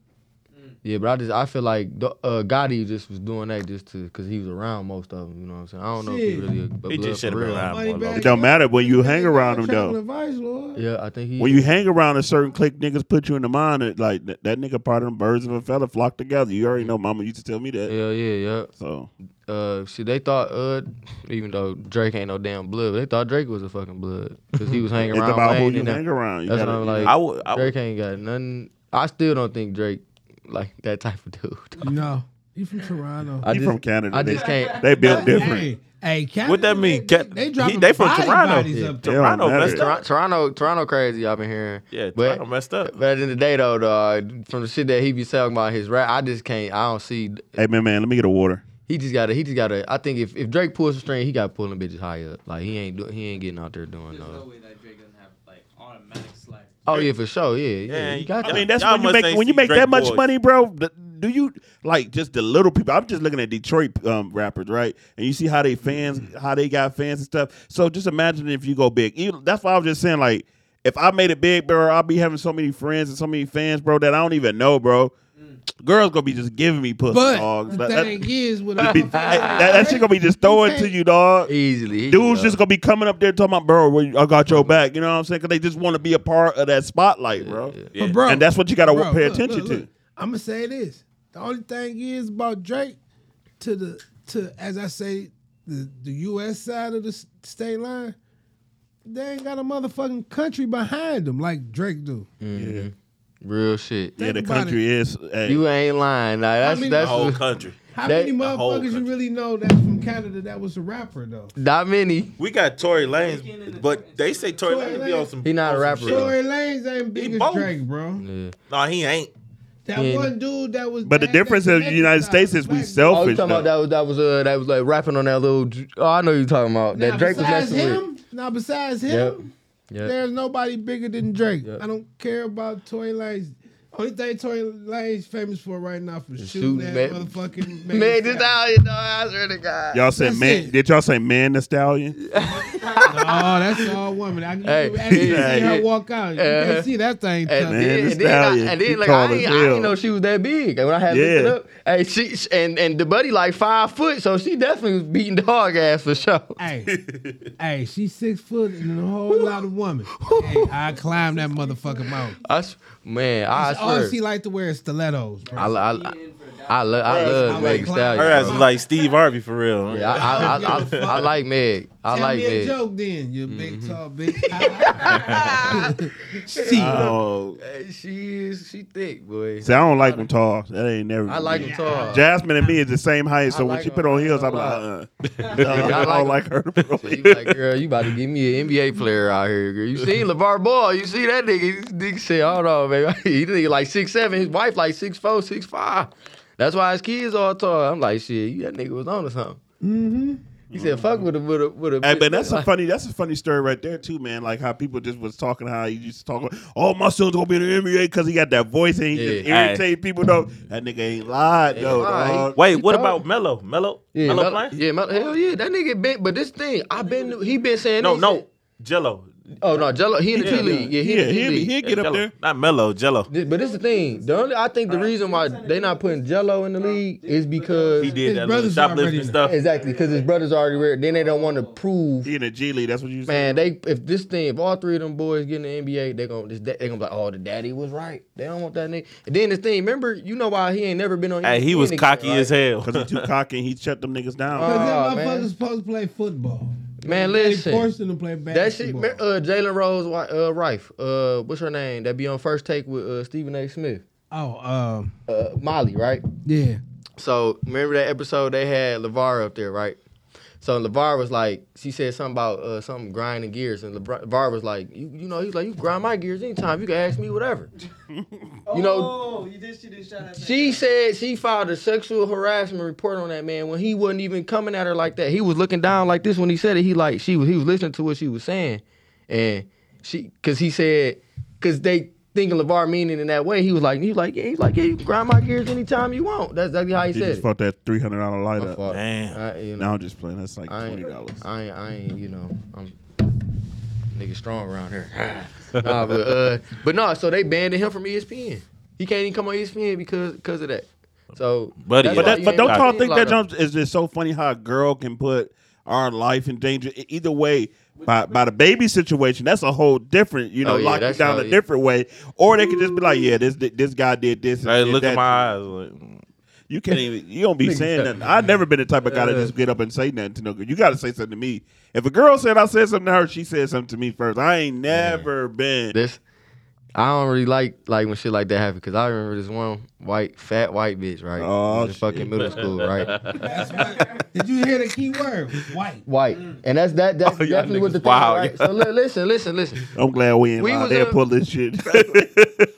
Yeah, but I just I feel like Do- uh, Gotti just was doing that just to because he was around most of them. You know what I'm saying? I don't know if he Shit. really. A, a He just blood should for have been real. around Money more. back. It don't matter when you hang around them Traveling though. Vice Lord. Yeah, I think he. When you hang around a certain clique, niggas put you in the mind that like that, that nigga part of them birds of a feather flock together. You already know, Mama used to tell me that. yeah, yeah, yeah. So uh shit they thought uh even though Drake ain't no damn blood, but they thought Drake was a fucking blood because he was hanging (laughs) it's around. about who Wayne you and them. hang around. You That's what gotta- I'm you like. I would. I would Drake ain't got nothing. I still don't think Drake like that type of dude. (laughs) No, he from Toronto. I He just, (laughs) from Canada. I just nigga. can't. They built different. Hey, hey, Canada, What that mean? They, Cat- they, he- dropping they from body Toronto. bodies Yeah. up there. Toronto matter. messed Tor- up. Toronto, Toronto, crazy. I've been hearing. Yeah, but Toronto messed up. but at the end of the day though, dog, from the shit that he be talking about his rap, I just can't. I don't see. Hey man, man, let me get a water. He just gotta. He just gotta. I think if, if Drake pulls the string, he got pulling bitches high up. Like he ain't do, he ain't getting out there doing There's no no. way that Drake doesn't have like automatic slide. Oh yeah, for sure. Yeah, yeah. Yeah, he got I that. I mean, that's Y'all when you must make ain't when you see make Drake that much boys. money, bro. th- Do you like just the little people? I'm just looking at Detroit um, rappers, right? And you see how they fans, how they got fans and stuff. So just imagine if you go big. Even, that's why I was just saying, like, if I made it big, bro, I'll be having so many friends and so many fans, bro, that I don't even know, bro. Girls gonna be just giving me pussy, But dog. the That, that, thing is, with (laughs) that, that shit gonna be just throwing to you, dog. Easily. he Dudes can go. just gonna be coming up there talking about, bro, we- I got your back. You know what I'm saying? Cause they just want to be a part of that spotlight, bro. Yeah. bro, And that's what you gotta bro, pay look, attention look, to. look. I'm gonna say this. The only thing is about Drake to the to as I say the the U.S. side of the s- state line. They ain't got a motherfucking country behind them like Drake do. Real shit. Yeah, Think the about country is. uh, hey, You ain't lying. Nah, that's mean, the that's whole country. How That- many the whole motherfuckers you country. really know that from Canada that was a rapper though? not many. We got Tory Lanez, but they say Tory Tory Lanez be Lanez. on some. He not a on some rapper, shit. though. Tory Lanez ain't big He as both. Drake, bro. Yeah. No, he ain't. That Yeah. one dude that was. but the that- difference that in the United black States guy, is we black- Oh, you selfish. talking about though. that was that was uh that was like rapping on that little. Oh, I know you talking about Now, that Drake was besides messing him, now besides him, Yep. with. Yeah. There's nobody bigger than Drake. Yep. I don't care about Tory Lanez. Only thing Tory Lanez famous for right now for shooting, shooting that Meg- (laughs) motherfucking Man, Megan this Stallion. out here, dog. I swear to God. Y'all said That's man. it. Did y'all say man the stallion? Oh, that's all woman. I can Hey, you actually hey, see her hey. walk out. You Uh, can see that thing. And tough. Man, then, this and then, I, stallion, and he then like tall I as ain't, I hell. didn't know she was that big. And when I had looked it Yeah. up, hey, she sh- and and the buddy like five foot, so she definitely was beating dog ass for sure. (laughs) Hey, hey, she's six foot and a whole lot of woman. Hey, I climbed that motherfucking mountain. I s- man, I All swear. she like to wear is stilettos. Bro. I, I, Even for the I love I I love like Meg Clown. Her ass is Stallion. bro. like Steve Harvey for real. (laughs) Yeah, I I, I, I, I like Meg. I Tell like Mm-hmm. me a Meg. joke then, you big tall (laughs) bitch. (laughs) See, Uh, Oh, Hey, she is she thick, boy. see, I don't like them tall. That ain't never. I like them tall. Jasmine and me is the same height, so I when like she her. put on heels, I'm like, uh, uh (laughs) I don't like her. So you like, girl, you about to give me an NBA player out here, girl. You seen LeVar Ball, you see that nigga. This nigga say, hold on, baby. (laughs) He nigga like six seven, his wife like six four, six five. That's why his kids all tall. I'm like, shit, you that nigga was on to something. mm-hmm. He said, fuck with a with a with a Hey, bitch but that's a like- funny that's a funny story right there too, man. Like how people just was talking how you just talk about, oh my son's gonna be in the NBA because he got that voice and he just Yeah. irritate people though. That nigga ain't lied Ain't though. lied. dog. Wait, He what tall. about Mello? Mello? Yeah, Mello Mel- playing? yeah, Mel- hell yeah, that nigga been. But this thing, I been, he been saying. No, this- no, Jello. Oh no, Jello, he in the Yeah, P League. Yeah, he Yeah, in the P he'll, be- League. he'll get up Jello. there. Not Mello, Jello. This- But this is the thing. The only I think the reason why they not putting Jello in the league is because He did His that little brother's already shoplifting in stuff. exactly because his brother's already rare. Then they don't want to prove. He in the G League. That's what you said. Man, they if this thing, if all three of them boys get in the NBA, they gonna this, they gonna be like, oh, the daddy was right. They don't want that nigga. And then this thing, remember, you know why he ain't never been on. Hey, he ESPN was again, cocky right? as hell. Because he too cocky and he shut them niggas down. Uh, Because Aw, that motherfucker's man. supposed to play football. Man, They listen, forced him to play basketball. That shit, man, uh, Jalen Rose, wi- uh, Rife, uh, what's her name? That be on first take with uh, Stephen A. Smith, oh, um, uh, Molly, right? yeah. So remember that episode they had Levar up there, right? So Levar was like, she said something about uh, something grinding gears, and Levar Levar was like, you, you know, he's like, you grind my gears anytime, you can ask me (laughs) whatever. You know- oh, you did. She did shot at that She guy. said she filed a sexual harassment report on that man when he wasn't even coming at her like that. He was looking down like this when he said it. He like she was he was listening to what she was saying, and she because he said because they thinking Levar meaning in that way. He was like he was like yeah, he's like yeah, you can grind my gears anytime you want. That's exactly how he, he said just it. fucked that three hundred dollar light My up. fault. (laughs) Damn. I, you know, Now I'm just playing. That's like I twenty ain't, dollars. I ain't, I ain't, you know, I'm nigga strong around here. (laughs) nah, but uh, but no, so they banned him from E ESPN. He can't even come on E ESPN because because of that. So, Buddy, that's But why that, you but ain't don't got y'all teams think like that jump is just so funny how a girl can put our life in danger E- either way by, by the baby situation that's a whole different you know Oh, yeah, lock you that's down how- a different way or they could just be like yeah this this guy did this and Hey, did look that. at my eyes. Like, you can't even you (laughs) don't be saying nothing I've never been the type of guy to just get up and say nothing to no girl you got to say something to me if a girl said I said something to her she said something to me first I ain't never been This I don't really like like when shit like that happens because I remember this one white fat white bitch right She Oh, was in fucking shit. middle school right (laughs) That's right. Did you hear the key word? White. white and that's that that's Oh, y'all definitely what niggas the thing wild, right? so li- listen listen listen I'm glad we ain't We out was there in- pull this shit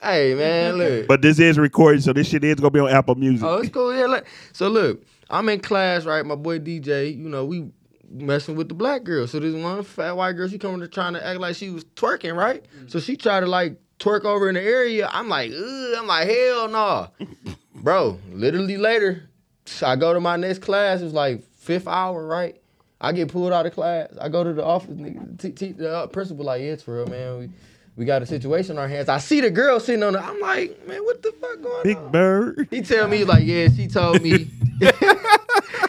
hey man look (laughs) but this is recorded so this shit is gonna be on Apple Music Oh, it's cool. Yeah. Like, so look, I'm in class, right? My boy DJ, you know, we messing with the black girl. So this one fat white girl, she coming to trying to act like she was twerking, right? Mm. So she tried to like twerk over in the area. I'm like, Ugh. I'm like, hell (laughs) no, bro. Literally later, I go to my next class. It was like fifth hour, right? I get pulled out of class. I go to the office. Nigga, t- t- the uh, principal like, yeah, it's for real, man. We, we got a situation on our hands. I see the girl sitting on the. I'm like, man, what the fuck going on? Big Bird (laughs) He tell me like, yeah, she told me. (laughs)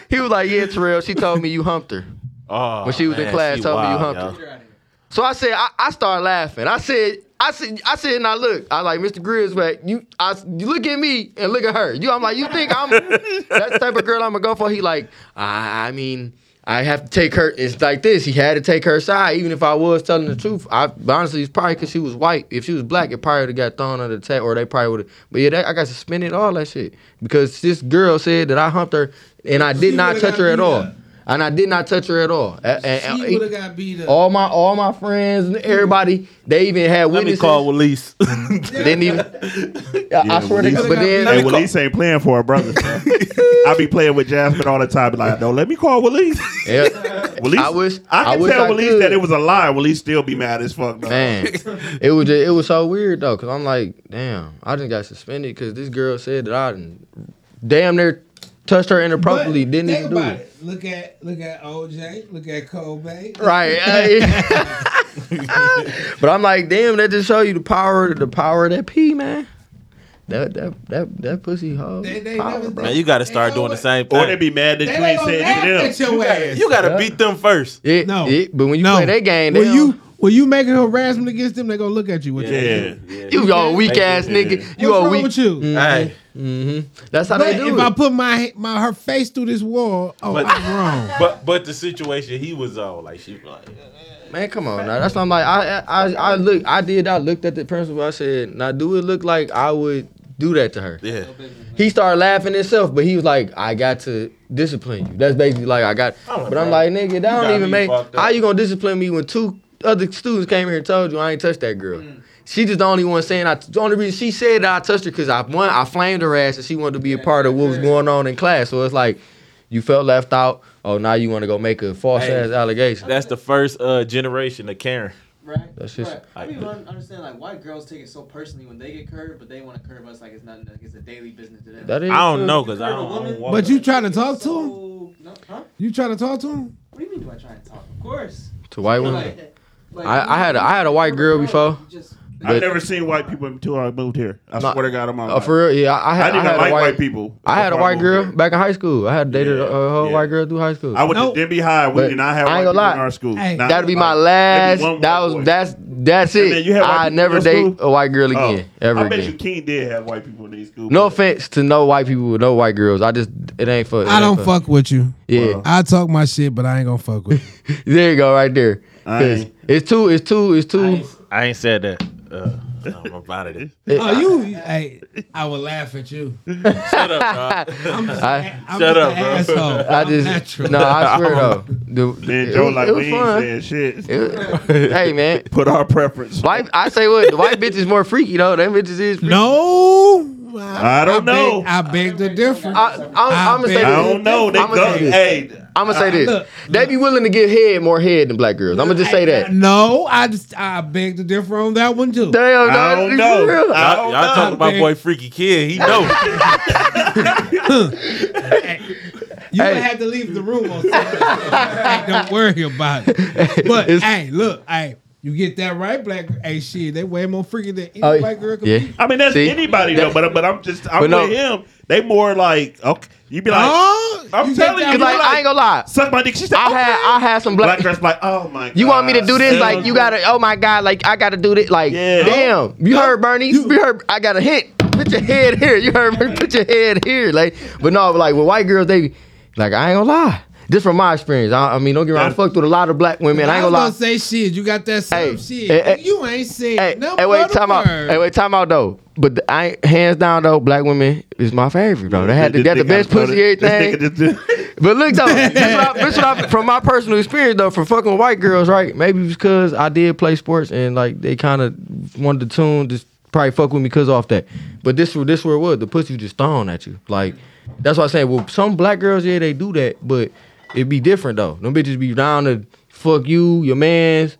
he was like, yeah, Terrell, she told me you humped her. oh, When she was in man, class, she told me you wild, humped yo. Get her out of here. So I said, I, I started laughing. I said, I said, I said, now look, I like Mr. Grisback. You, I, you look at me and look at her. You, I'm like, you think (laughs) I'm that's the type of girl I'm gonna go for? He like, I, I mean, I have to take her. It's like this. He had to take her side, even if I was telling the truth. I honestly, it's probably because she was white. If she was black, it probably would have got thrown under the table, or they probably would. have. But yeah, that, I got suspended all that shit because this girl said that I humped her and I did She not would've touch got her at beat all. up. And I did not touch her at all. A- a- a- She would have got beat up. uh, all my all my friends and everybody, they even had Let me witnesses. call Willis. Didn't even. I- I swear to Willie. God, but Hey, then me call- Willie ain't playing for her brother. man. I be playing with Jasmine all the time. Be like, no, let me call Willie. yeah, Willie, I wish- I can I wish tell I Willie could. that it was a lie. Willie still be mad as fuck. Though. man, it was just, it was so weird though, cause I'm like, damn, I just got suspended because this girl said that I done, damn near touched her inappropriately, But didn't think even do about it. Look at look at OJ. Look at Kobe. (laughs) Right. I- but I'm like, damn, that just show you the power, the power of that P, man. That that that that pussy hoe. They- they power, never bro. (laughs) man, you got to start doing the same Or they thing. be mad that They "Oh, you ain't ain't gonna said it laugh to at them. your ass. You got to Yeah. beat them first. Yeah, No. yeah, but when you play that game, they when don't- you when you make an harassment against them, they gonna look at you. With Yeah. yeah. You all weak ass Thank you. nigga. You What's all wrong weak. with you? Hey, Mm-hmm. That's how But they do if it. I put my my her face through this wall, oh, But- I'm wrong. But but the situation he was on, like she was like, Man, come on now. That's not like I I I I look. I did. I looked at the principal. I said, "Now, do it look like I would do that to her?" yeah. He started laughing himself, but he was like, "I got to discipline you." That's basically like I got. I'm like, but I'm bro, like, nigga, that got don't me even make. fucked up. How you gonna discipline me when two other students came here and told you I ain't touched that girl? Mm. She just the only one saying I. The only reason she said that I touched her because I one I flamed her ass and she wanted to be a part of what was going on in class. So it's like, you felt left out. Oh, now you want to go make a false Hey, ass allegation. That's the first uh, generation of Karen. Right. That's just- Right. I I- mean, I don't understand like why girls take it so personally when they get curved, but they want to curve us like it's not like it's a daily business to them. That is I don't true. know because I Curve a don't. I don't woman, walk But you like- trying to talk to him? so, No, huh? You trying to talk to him? What do you mean? Do I try and talk? Of course. to white women. Like, like, I- I had a- I had a white girl before. You Just, But- I've never seen white people until I moved here. I Nah, swear to God, I'm Uh, for real, yeah. I, I I had, I didn't had like a white, white, people. I had a before white moved girl here. back in high school. I had dated Yeah, a whole yeah. white girl through high school. I went Nope. to Denby High. We But did not have I white ain't people gonna in lie. our school. Hey. Not That'd be my like- last. maybe one That white was boy. that's that's And then you it. had white I people never in your date school? a white girl Oh. again ever I bet you again. King did have white people in his school. No but- offense to no white people, with no white girls. I just it ain't for. it I ain't don't for- fuck with you. Yeah, I talk my shit, but I ain't gonna fuck with. you. there you go, right there. 'Cause Aight. It's two. It's two. It's two. I ain't said that. Uh, I'm about it. it- oh, you? Hey, I would laugh at you. Shut up, dog. I'm just, I- I'm Shut just up, an bro. asshole. I I'm just natural. no. I swear (laughs) though. The- Man, it Joe, was- like it we was ain't fun. saying shit. It was- (laughs) hey man, Put our preference. white. I say what the white bitch is more freaky though. Them bitches is freaky. No, I don't beg- know. I beg the difference. I, I'm, I'm gonna say I this. don't know. They I'm gonna go, say this. hey, I'm gonna say this. look, They be willing to give head more head than black girls. I'm gonna just say that. No, I just I beg to differ on that one too. Damn, I dog, don't it's know. real. I- Y'all, y'all talking about man. boy freaky kid. (laughs) He know. You Hey. would have to leave the room on Sunday. hey, don't worry about it. But It's- hey, look, hey, you get that right, black. Hey, shit, they way more freaky than any Oh, black girl. Could yeah. be. I mean that's See? anybody though. But but I'm just I'm But no. with him. They more like okay. You be like Oh, I'm you telling get that you, Cause like, right. I ain't gonna lie. suck my dick. She said I had I had some black. black dress like oh my. God. you want me to do this? Hell Like you gotta. Oh my god! Like I gotta do this. Like Yeah. damn. You heard Bernie? You- You heard? I got a hit. Put your head here. You heard? Bernie? Put your head here. Like, but no. Like with white girls, they like I ain't gonna lie. Just from my experience, I, I mean, don't get me wrong. I Yeah. fucked with a lot of black women. I ain't was gonna lie. gonna say shit. You got that same Hey, shit. hey, hey, you ain't said Hey, no hey, wait, but a time out. word. Hey, wait, time out though. But the, I ain't- hands down though, black women is my favorite though. They had the, This they had the nigga best just pussy, voted- this everything. nigga (laughs) just did- But look, though, this what I, this what I, from my personal experience, though, from fucking with white girls, right? Maybe because I did play sports and like they kind of wanted to tune, just probably fuck with me because off that. But this where this where it was. The pussy was just thrown at you. Like that's why I say, well, some black girls, yeah, they do that, but it be different though. Them bitches be down to fuck you, your man's,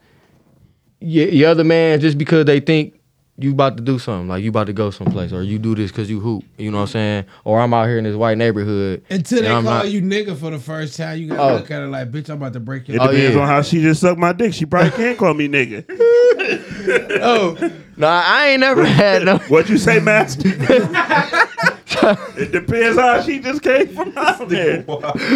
your, your other man, just because they think. You about to do something, like you about to go someplace, or you do this because you hoop, you know what I'm saying? Or I'm out here in this white neighborhood. Until they and call I'm not- you nigga for the first time, you gotta Oh. look at it like, bitch, I'm about to break It your. Oh, depends yeah. on how she just sucked my dick. She probably can call me nigga. Oh, no, I ain't never had no. What you (laughs) say, master? it depends how she just came from out there.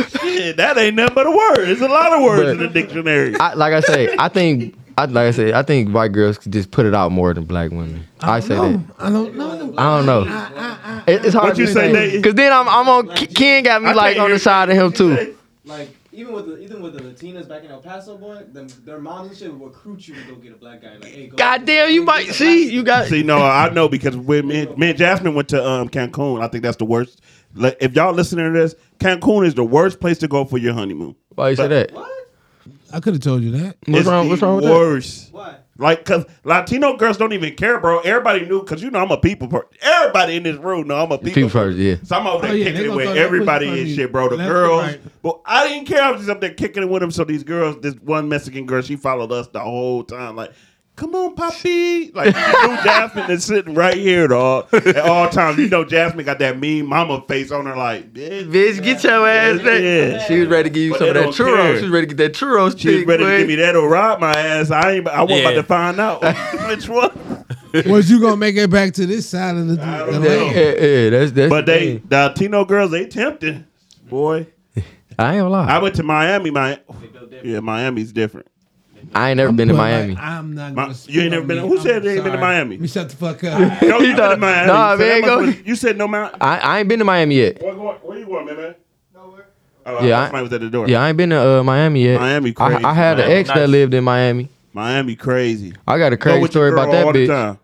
Shit, that ain't nothing but a word. It's a lot of words But- in the dictionary. (laughs) I, like I say, I think, I, like I say, I think white girls could just put it out more than black women. I, say that. I don't know. I don't know. It, it's hard What you to say say, Nate? because then I'm, I'm on. Ke- Ken got me I like can't on hear the side of him too. Like even with the, even with the Latinas back in El Paso, boy, them, their moms and shit would recruit you to go get a black guy. Like, hey, go. God damn, you might see. You got. See, no, I know because when me, me and Jasmine went to um, Cancun, I think that's the worst. Like, if y'all listening to this, Cancun is the worst place to go for your honeymoon. Why you say that? What? I could have told you that. (laughs) What's It's wrong? the What's wrong with that? worst. Why? Like, cause Latino girls don't even care, bro. Everybody knew, cause you know I'm a people person. Everybody in this room know I'm a people, People person. first, yeah. So I'm over there Oh, yeah, they kicking it gonna with throw that everybody pussy and fucking shit, bro. The left and girls, right. but I didn't care. I was just up there kicking it with them. So these girls, this one Mexican girl, she followed us the whole time, like. Come on, Poppy. Like, you (laughs) know Jasmine is sitting right here, dog. At all times. You know Jasmine got that mean mama face on her, like, bitch. Bitch, get your ass back. Yeah. She was ready to give you But some of they that don't churros. care. She was ready to get that churros. She was stick, ready to boy. give me that or ride my ass. I ain't. I wasn't about Yeah. to find out which one. Was you gonna make it back to this side of the, I don't the know. lake? Yeah, yeah, yeah, that's that's. But the they, thing. the Latino girls, they tempting. Boy, I ain't gonna lie. I went to Miami. My They built different. yeah, Miami's different. I ain't never been to But, Miami. Like, I'm not. My- Gonna you ain't never been- who said they ain't been to Miami? We (laughs) shut the fuck (laughs) up. No, you been to done- Miami. Nah, So man, that go- must- You said no mountain. I, I ain't been to Miami yet. Where, going- where you going, man? man? Oh, Yeah, yeah, I- somebody was at the door. Yeah, I ain't been to uh, Miami yet. Miami I, crazy. I had an Miami ex nice. that lived in Miami. Miami crazy. I got a Go crazy with story your about girl that all the bitch. time.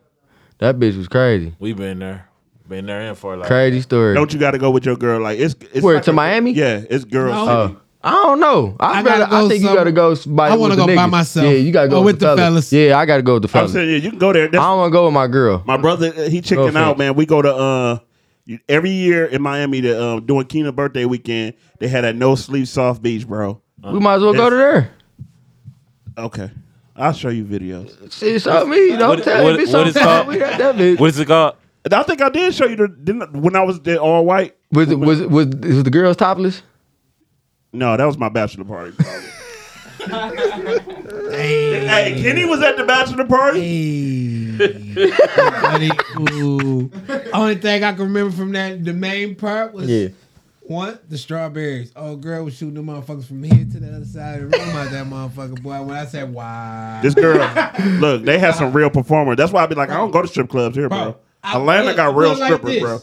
That bitch was crazy. We been there, been there in for like. Crazy story. Don't you got to go with your girl? Like it's, it's Where, like to a- Miami? Yeah, it's girls. No. city. Oh. I don't know. I, I better, gotta go I think you some- gotta go. s- By, I wanna with the go by niggas. myself. Yeah, you gotta go Or with, with the the fellas. fellas. Yeah, I gotta go with the I'm fellas. saying yeah, you can go there. I That's, don't want to go with my girl. my brother, uh, he No chicking offense. out, man. We go to uh, you- every year in Miami to um, during Keena's birthday weekend. They had a no sleep soft beach, bro. we might as well go to there. Okay, I'll show you videos. Shit, it's up me. Don't what- tell what- me. It's what up it's called? me. That, that bitch. What is it called? I think I did show you the didn't, when I was there, all white. Was, it- was, was, was the girls topless? No, that was my bachelor party. (laughs) probably. hey, Kenny was at the bachelor party. Hey. Buddy, ooh. Only thing I can remember from that, the main part was Yeah. one, the strawberries. Oh, girl was shooting the motherfuckers from here to the other side of the room out that motherfucker boy. When I said, wow. This girl, look, they had some real performers. That's why I'd be like, I don't go to strip clubs here, bro. I Atlanta look- got real look like strippers, this. bro.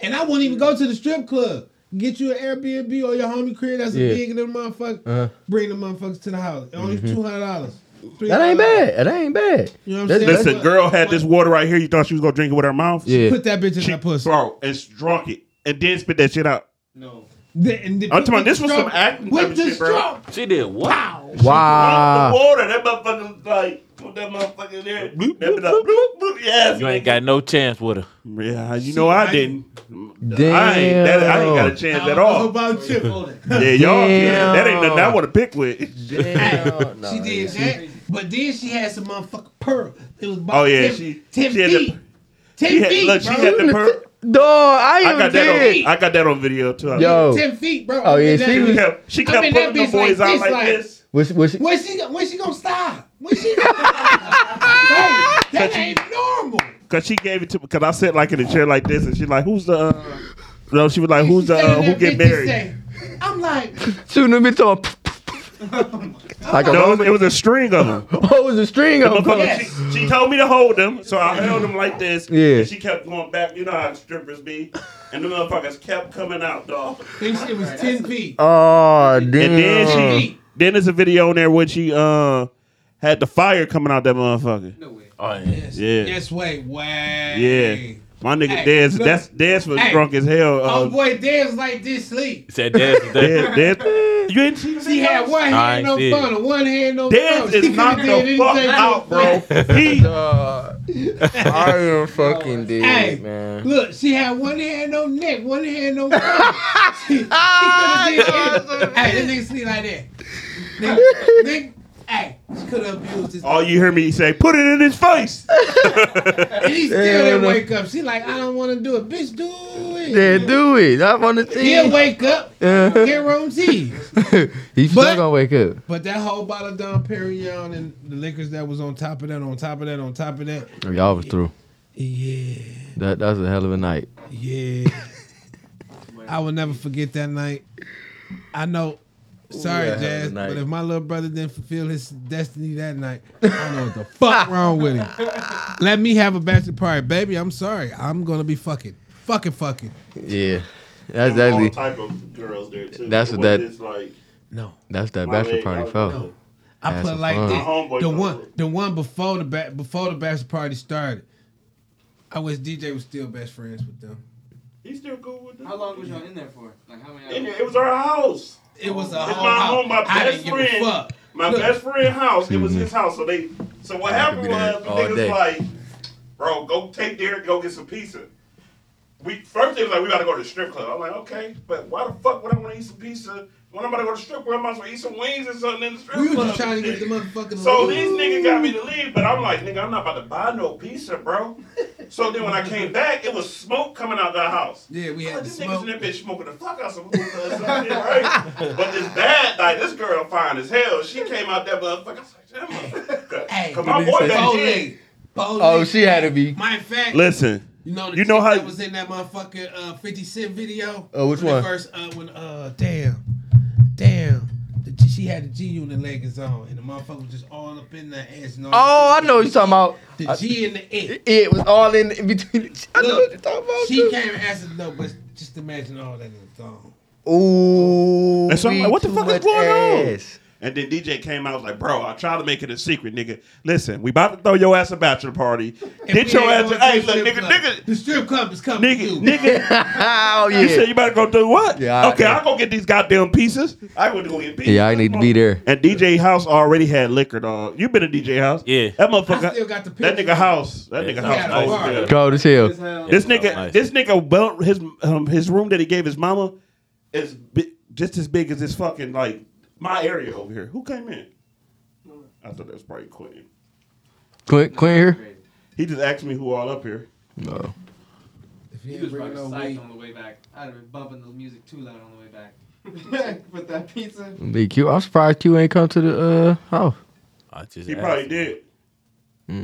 And I won't even go to the strip club. Get you an Airbnb or your homie crib that's Yeah. a big and them motherfucker. Uh-huh. Mm-hmm. Bring the motherfuckers to the house. Only hundred dollars. That ain't bad. That ain't bad. You know what I'm That's- saying? Listen, girl had this water right here. You thought she was gonna drink it with her mouth? Yeah. Put that bitch in She, my pussy. bro, and she drunk it and then spit that shit out. No. The- and the- I'm talking about this was some straw- acting type With of the shit, bro. straw. She did what? (laughs) Drunk Wow. The water, that motherfucker like put that motherfucker there. Bloop, that be like, bloop, bloop, yes. You ain't got no chance with her. Yeah, you know I I- didn't. Damn. I ain't. That, I ain't got a I chance don't at know all. (laughs) about you. Hold it. Yeah, y'all. Damn. That ain't nothing I want to pick with. Damn. she did that, but then she had some motherfucking pearl. It was about Oh yeah, 10, she. 10 she had feet. 10 the, she had, feet, look, she bro. had (laughs) the per- Dog, I I ain't got that. dead. On, I got that on video too. Yo. Oh. 10 feet, bro. Oh, yeah, That- she She was- kept, she I kept mean, that putting the bitch boys like out this, like, like- this. Was, was she, When she when she gonna stop? When she gonna stop? Baby, that ain't normal. Cause she gave it to me. Cause I sat like in a chair like this, and she like, "Who's the?" Uh, no, she was like, "Who's the? She Uh, said who that get bitch married?" say, I'm like, shooting the bitch (laughs) on. like a No, it was, Roman. it was a string of them. Oh, it was a string of Motherfucker, them. Yes. she, she told me to hold them, so I held them like this. Yeah. And she kept going back. You know how strippers be, and the motherfuckers kept coming out, dog. think she- it was ten feet. Oh, damn. And then she, Mm. then there's a video on there when she uh had the fire coming out that motherfucker. No way. Oh yeah. Yeah. Yes, way, Yeah. way. My nigga Hey, Dez, look. that's Dez was Hey. drunk as hell. Oh Uh, boy, dance like this sleep. Said dance is (laughs) that. Dez, (laughs) Dez, you ain't seen She had one I hand ain't on see it. funnel, one hand on funnel. Dez She is knocked could've did the fuck anything out, bro. else. He I am fucking dead, Hey, man. Look, she had one hand on neck, one hand (laughs) on funnel. she, she (laughs) could've did anything. Hey, this nigga sleep like that. Nigga, nigga, hey, she could have abused this. all you hear me say, put it in his face. And he still Yeah, didn't no. wake up. She like, I don't want to do it. Bitch, do Yeah, it. do it. I'm on the He'll team. wake up. Uh-huh. Guaranteed. (laughs) He's But- still gonna wake up. But that whole bottle of Dom Perignon and the liquors that was on top of that, on top of that, on top of that. Y'all was through. Yeah, That that's a hell of a night. yeah. I will never forget that night. I know. Sorry, yeah, that was Jazz, a night. but if my little brother didn't fulfill his destiny that night, I don't know what (laughs) the fuck wrong with him. Let me have a bachelor party, baby. I'm sorry. I'm gonna be fucking, fucking, fucking. Yeah, that's that's the, type of girls there too. That's what that- like, No. that's that my bachelor leg, party I- felt. I Had put it some like fun. this. My homeboy The done one, it. the one before the ba- before the bachelor party started. I wish DJ was still best friends with them. He still good with How that. long was y'all in there for? Like how many And hours? It was our house. It was a It's whole my house. home, my I didn't best give a friend. fuck. My Look. best friend's house. It was his house. So they. So what I could happened be was there the all niggas day. like, bro, go take Derek, go get some pizza. We first they was like, we gotta go to the strip club. I'm like, okay, but why the fuck would I want to eat some pizza when I'm about to go to the strip club? I might as well eat some wings or something in the strip We were club. just trying to get the motherfucking. So these niggas got me to leave, but I'm like, nigga, I'm not about to buy no pizza, bro. So then when I came back, it was smoke coming out the house. Yeah, we I'm had like, to this niggas in smoke. that bitch smoking the fuck out some hookah or something, (laughs) right? But this bad, like this girl fine as hell. She came out that motherfucker. I was like, that motherfucker. Hey, Cause my boy back then. Oh, she had to be. Matter of fact, Listen, you know, the you know chick how- that was in that motherfucking uh, Fifty Cent video. Oh, which When they one? First, uh, when uh, damn, damn, the the, she had the G Unit leggings on, and the motherfucker was just all up in the ass. and all- Oh, I know what you're talking about. The G and the it. It was all in in between. (laughs) I know what you're talking about. She She came and asked us, no, but just imagine all that in the thong. Ooh. And so I'm we like, what the too fuck is much going on? ass. (laughs) And then DJ came out, was like, bro, I tried to make it a secret, nigga. Listen, we about to throw your ass a bachelor party. If Get we your ain't ass. going Hey, to the look, strip nigga, club, nigga, The strip club is coming. to nigga, you. nigga. oh You yeah. said you about to go do what? Yeah, I- okay, I, will go get these goddamn pieces. I went to go get pieces. Yeah, I need to be there. And DJ House already had liquor, dog. You been to DJ House? Yeah. That I still motherfucker. got the That picture. nigga house. That Yeah, nigga it's nice. house. cold as Nice. hell. Cold as hell. As hell. This Yeah, it's nigga, nice. this nigga, built his um, his room that he gave his mama is bi- just as big as this fucking like my area over here. Who came in? I thought that was probably Quentin. Clint, Clint here. He just asked me who all up here. No. If he He ain't was probably bringing no psyched weed, on the way back. I'd have been bumping the music too loud on the way (laughs) back. (laughs) With that pizza. Big Q. I'm surprised Q ain't come to the uh house. I just He asked probably him. did.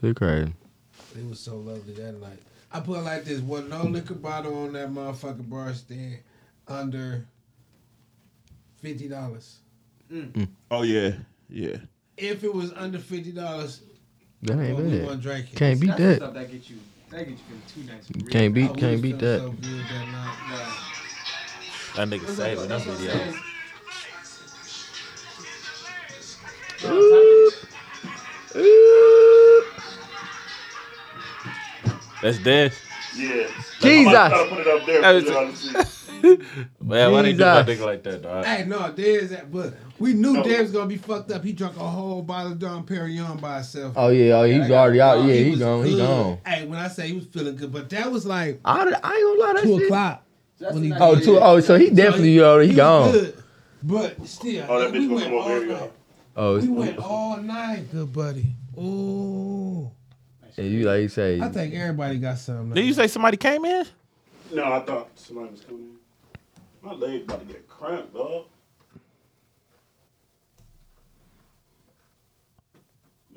Too crazy. it was so lovely that night. I put it like this: was no liquor bottle on that motherfucking bar stand under fifty dollars. Oh yeah, yeah. If it was under fifty dollars, That well, ain't we bad. wasn't drinking. Can't beat See, that's the that. Stuff that get you, that get you feeling too nice. for real. Can't I beat. would've Can't beat felt that. So good that night. Nah. That nigga That's saving them what- that's what I'm saying. videos. That's death. Yeah. Jesus. I'm about to put it up there. That for was- y'all to see. Man, why they do my Jesus. nigga like that, dog? Hey, no, Dez, that- but we knew No. Dez was gonna be fucked up. He drank a whole bottle of Dom Perignon by himself. Oh yeah. Oh, he's already out. Yeah, he was gone. He good. gone. Hey, when I say he was feeling good, but that was like I, I ain't gonna lie. That two shit. o'clock. That's When the he- night Oh, you two. get- Oh, so he definitely So already he was gone. good, But still, Oh, that we bitch gonna went come over all here, night. y'all. Oh, it's, We went all night, good buddy. Ooh, and you like you say. I think everybody got something. Did you say somebody came in? No, I thought somebody was coming in. My leg about to get cramped, dog.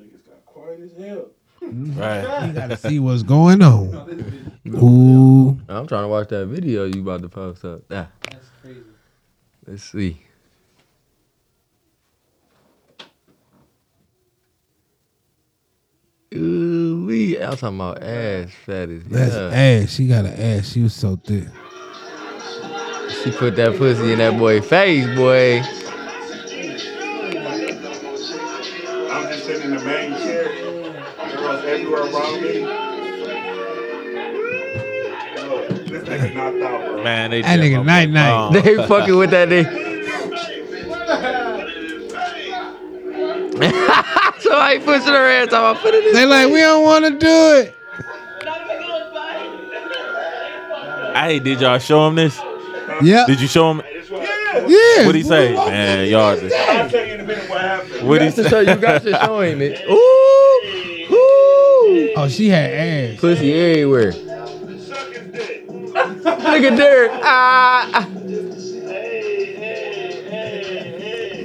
Niggas got quiet as hell. Right. you gotta see what's going on. No, this (laughs) bitch- Ooh, I'm trying to watch that video you about to post up. Ah, That's crazy. let's see. Ooh, we. I'm talking about ass fat as that's hell. ass. She got an ass. She was so thick. She put that pussy in that boy face, boy. (laughs) I'm just sitting in the main chair. Girls everywhere around me. Yo, This nigga knocked out, bro. Man, they That did nigga my boy night night. wrong. They fucking with that nigga. (laughs) Somebody pushing her ass off. I put it in. They like we don't want to do it. Hey, did y'all show him this? Yeah, Did you show him? Yeah. yeah. What'd he say? What- Man, y'all. I'll tell you in a minute what happened. What'd he That's to show say? you got to show him (laughs) it. Ooh, ooh, Oh, she had ass. pussy everywhere. Suck his dick. Look at there. Ah, ah. Hey, hey, hey,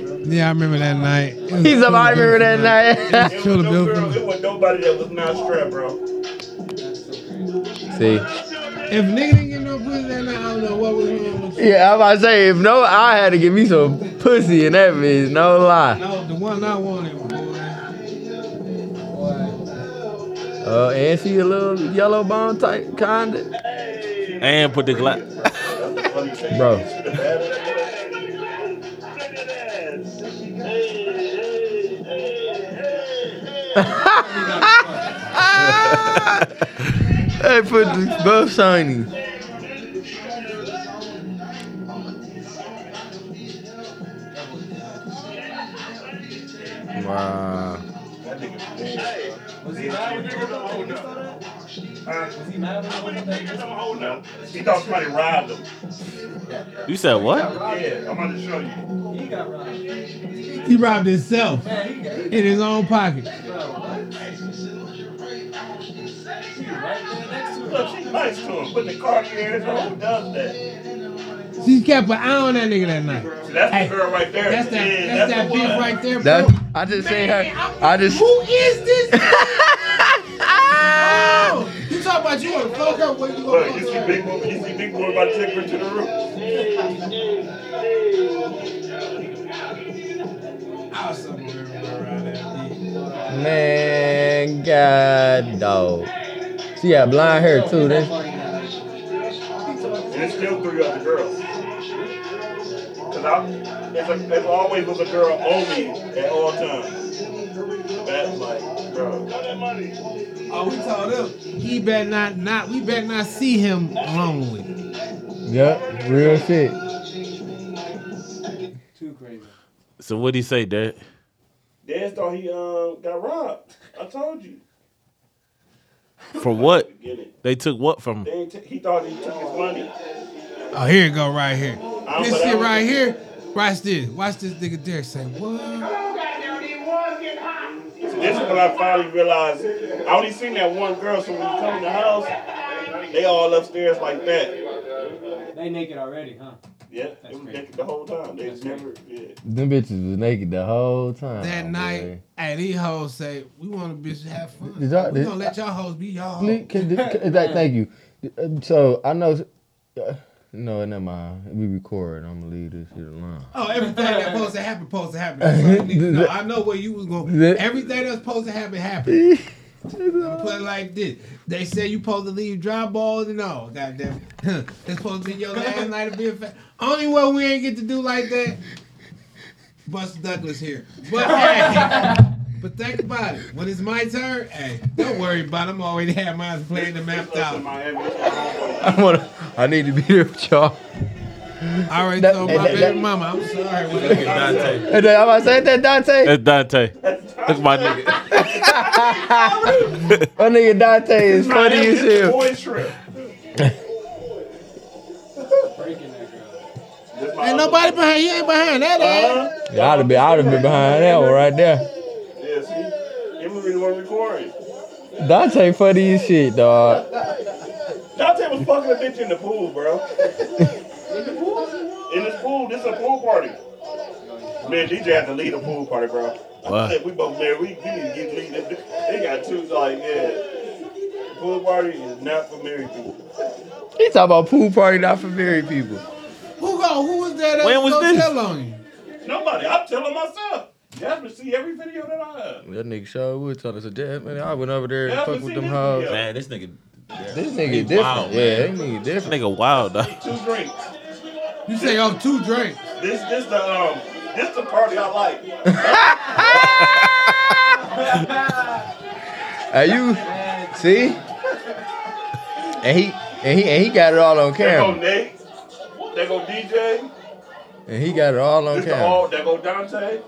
hey. Yeah, I remember that night. It was he's truly a barber beautiful that night. (laughs) It was It was, no beautiful. girl, it was nobody that was not strapped, bro. See, If nigga didn't get no pussy that night, I don't know what was wrong with you. yeah, I'm about to say if no, I had to give me some pussy in that bitch. No lie. No, the one I wanted, boy. Uh, and she a little yellow bone type kinda, And put the glass. bro. Hey, put the both shiny. Wow. He thought somebody robbed him. You said what? Yeah, I'm about to show you. He got robbed. He robbed himself Man, he got, he in his own pocket. got robbed. He right there next to Look, him. she's nice to him. Put the car here. Who does that? She kept an eye on that nigga that night. See, that's Hey, the girl right there. That's that. Yeah, that's, that the one. bitch right there, bro. That I just seen her. I just. Who (laughs) is this? Oh, you talking about you want to fuck her? Where you gonna Look, you fuck see her? Big Boy, you see Big Boy about to take her to the room. Man, God, dog. She had blind hair too. Then And it's still three other girls. Cause I, it's, a, it's always was a girl only at all times. That's like, bro. Oh, we told him he better not not we better not see him lonely. Yep, real shit. Too crazy. So what do you say, Dad? Dad thought he um got robbed. I told you. For what? Get it. They took what from They him? ain't t- he thought he took his money. Oh, here it go right here. I'm This for that shit one. right here. Watch this. Watch this nigga Derek say what? So this is when I finally realized I only seen that one girl. So when you come in the house, they all upstairs like that. They naked already, huh? Yeah, it was naked the whole time. They never. Yeah. Them bitches was naked the whole time. That boy. night, hey, these hoes say we want to bitch to have fun. Did y'all- we did- gonna let y'all hoes be y'all. Please, hoes. can- can- that- thank you. Uh, So I know. Uh, no, never mind. We record. I'm gonna leave this shit alone. Oh, everything that's supposed to happen, supposed to happen. That's what I need to know. I know where you was going. That- Everything that's supposed to happen happened. I'm put it like this. They say you supposed to leave dry balls and all. Goddamn, (laughs) it. it's supposed to be your last night of being fat. Only way we ain't get to do like that. Buster Douglas here, but hey, but think about it. When it's my turn, hey, don't worry about. It. I'm already had mine playing the mapped out. (laughs) I wanna. I need to be there with y'all. I already That- told that- my that- baby mama. I'm sorry. whatever. Dante. And then, am I saying that, Dante? That's Dante. Look at my nigga. My nigga Dante is funny as hell. (laughs) Boy trip. Breaking that girl. That's my Ain't other- nobody behind. You ain't behind that ass. Huh? Yeah, I'd have been, I'd have been behind that one right there. Yeah, see? Him really wasn't recording. Dante funny as shit, dog. Dante was fucking a bitch in the pool, bro. in this pool, this is a pool party. Man, DJ had to lead a pool party, bro. Wow. I said, we both married. We, we need to get lead. this- They got two, like, yeah. Pool party is not for married people. He talking about pool party not for married people. Uh, Who go? Who was there that When was was gonna this? tell on you? Nobody. I'm telling myself. Jasmine see every video that I have. That nigga Shaw Wood told us a death, man. I went over there and Yeah, I fucked been with seeing them this hoes. video. Man, this nigga, This nigga different. wild, yeah, this nigga different. nigga wild dog. Two drinks. You say oh two drinks. This, this the, um, this the party I like. Are you see? And he and he and he got it all on They go camera. Nate. They go DJ. And he got it all on This the all. camera. They go Dante.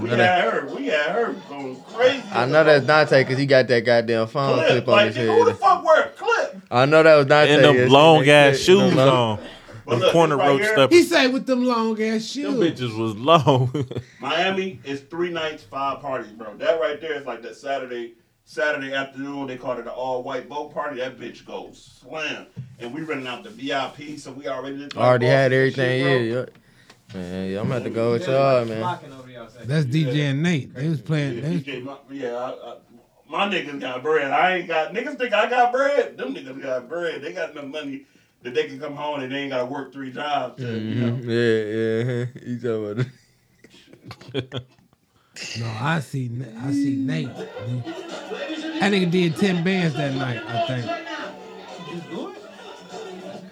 We Another- had her. We had her going crazy. I know that's Dante because he got that goddamn phone clip. clip on Like, his nigga, who the head. fuck wear a clip? (laughs) I know that was Dante. And Yes, them long that ass clip, you know, shoes long- on. But Them look, corner this right rope here, stuff. He say with them long ass Them shoes. bitches was long. (laughs) Miami is three nights, five parties, bro. That right there is like that Saturday. Saturday afternoon, they called it an all-white boat party. That bitch goes slam, and we running out the VIP, so we already look like Already had bosses and everything. shit, Yeah, bro. yeah. Man, yeah, I'm about to go with They was, y'all, like, man. flocking over y'all's section. That's DJ and Nate. They was playing. Yeah, They was, DJ, my, yeah, I, I, my niggas got bread. I ain't got niggas think I got bread. Them niggas got bread. They got enough money that they can come home and they ain't got to work three jobs. To, You know, Mm-hmm. Yeah, (laughs) yeah. He talking about no, I see. I see Nate. That nigga did ten bands that night. I think.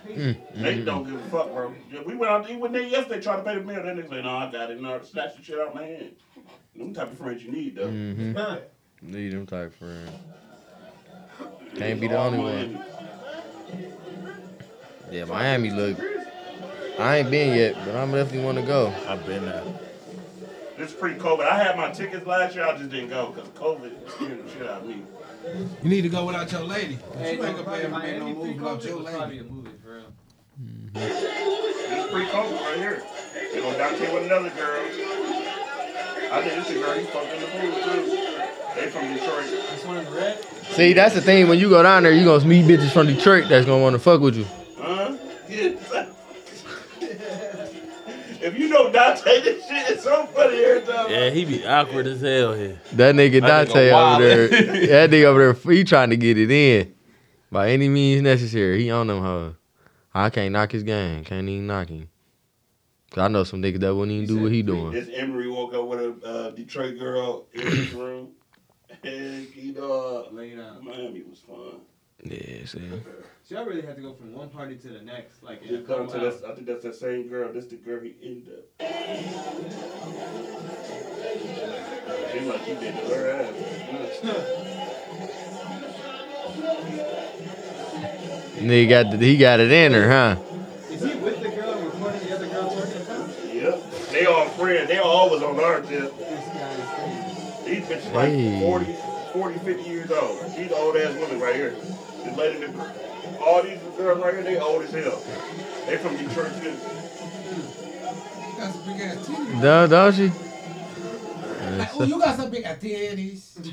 Mm-hmm. they don't give a fuck, bro. Yeah, we went out to eat with niggas yesterday trying to pay the bill. That nigga say, "No, I got it." No, snatch the shit out of my hand. Them type of friends you need though. Mm, Mm-hmm. need them type friends. Can't be the only one. Yeah, Miami look. I ain't been yet, but I'm definitely want to go. I've been there. This pre-COVID. I had my tickets last year. I just didn't go because COVID scared the shit out of me. You need to go without your lady. You Hey, ain't gonna probably be able to make no Miami move pre-COVID without your was probably lady. a movie, for real. This pre-COVID right here. They go Dante with another girl. I think this is a girl he fucked in the pool too. They from Detroit. This one in red. See, that's the thing. When you go down there, you gonna meet bitches from Detroit that's gonna want to fuck with you. Huh? (laughs) Yes. if you know Dante, this shit is so funny every time. Yeah, he be awkward as hell here. That nigga That nigga Dante wild. over there. that nigga over there, he trying to get it in by any means necessary. He on them hoes. I can't knock his game. Can't even knock him. 'Cause I know some niggas that wouldn't even do what he doing. This Emery woke up with a uh, Detroit girl in his room. And, you know, uh, Laid out. Miami was fun. Yeah, see. So y'all really have to go from one party to the next. Like, in a Just come to couple this, hours. I think that's that same girl. That's the girl he ended up. She like, you did to her ass. Nigga got the, he got it in her, huh? Is he with the girl and recording the other girl twerking? This Yep. They all friends. They all was on our tip. guy is crazy. These bitches like Hey. 40, 40, 50 years old. These old ass women right here. This lady, that- all these girls right here, they old as hell. They from Detroit too. You got some big ass titties. No, don't (laughs) she? Like, oh, you got some big ass titties.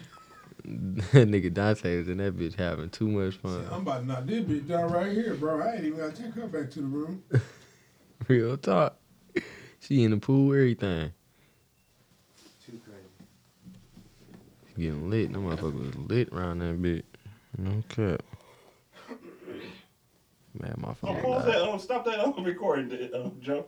nigga Dante was in that bitch having too much fun. I'm about to knock this bitch down right here, bro. I ain't even got to take her back to the room. (laughs) Real talk. She in the pool, everything. Too crazy. She Getting lit. No motherfucker was lit around that bitch. No cap. Man, my phone. Pause died. Oh, (laughs) that. Um, stop that. I'm recording, it, um, Joe.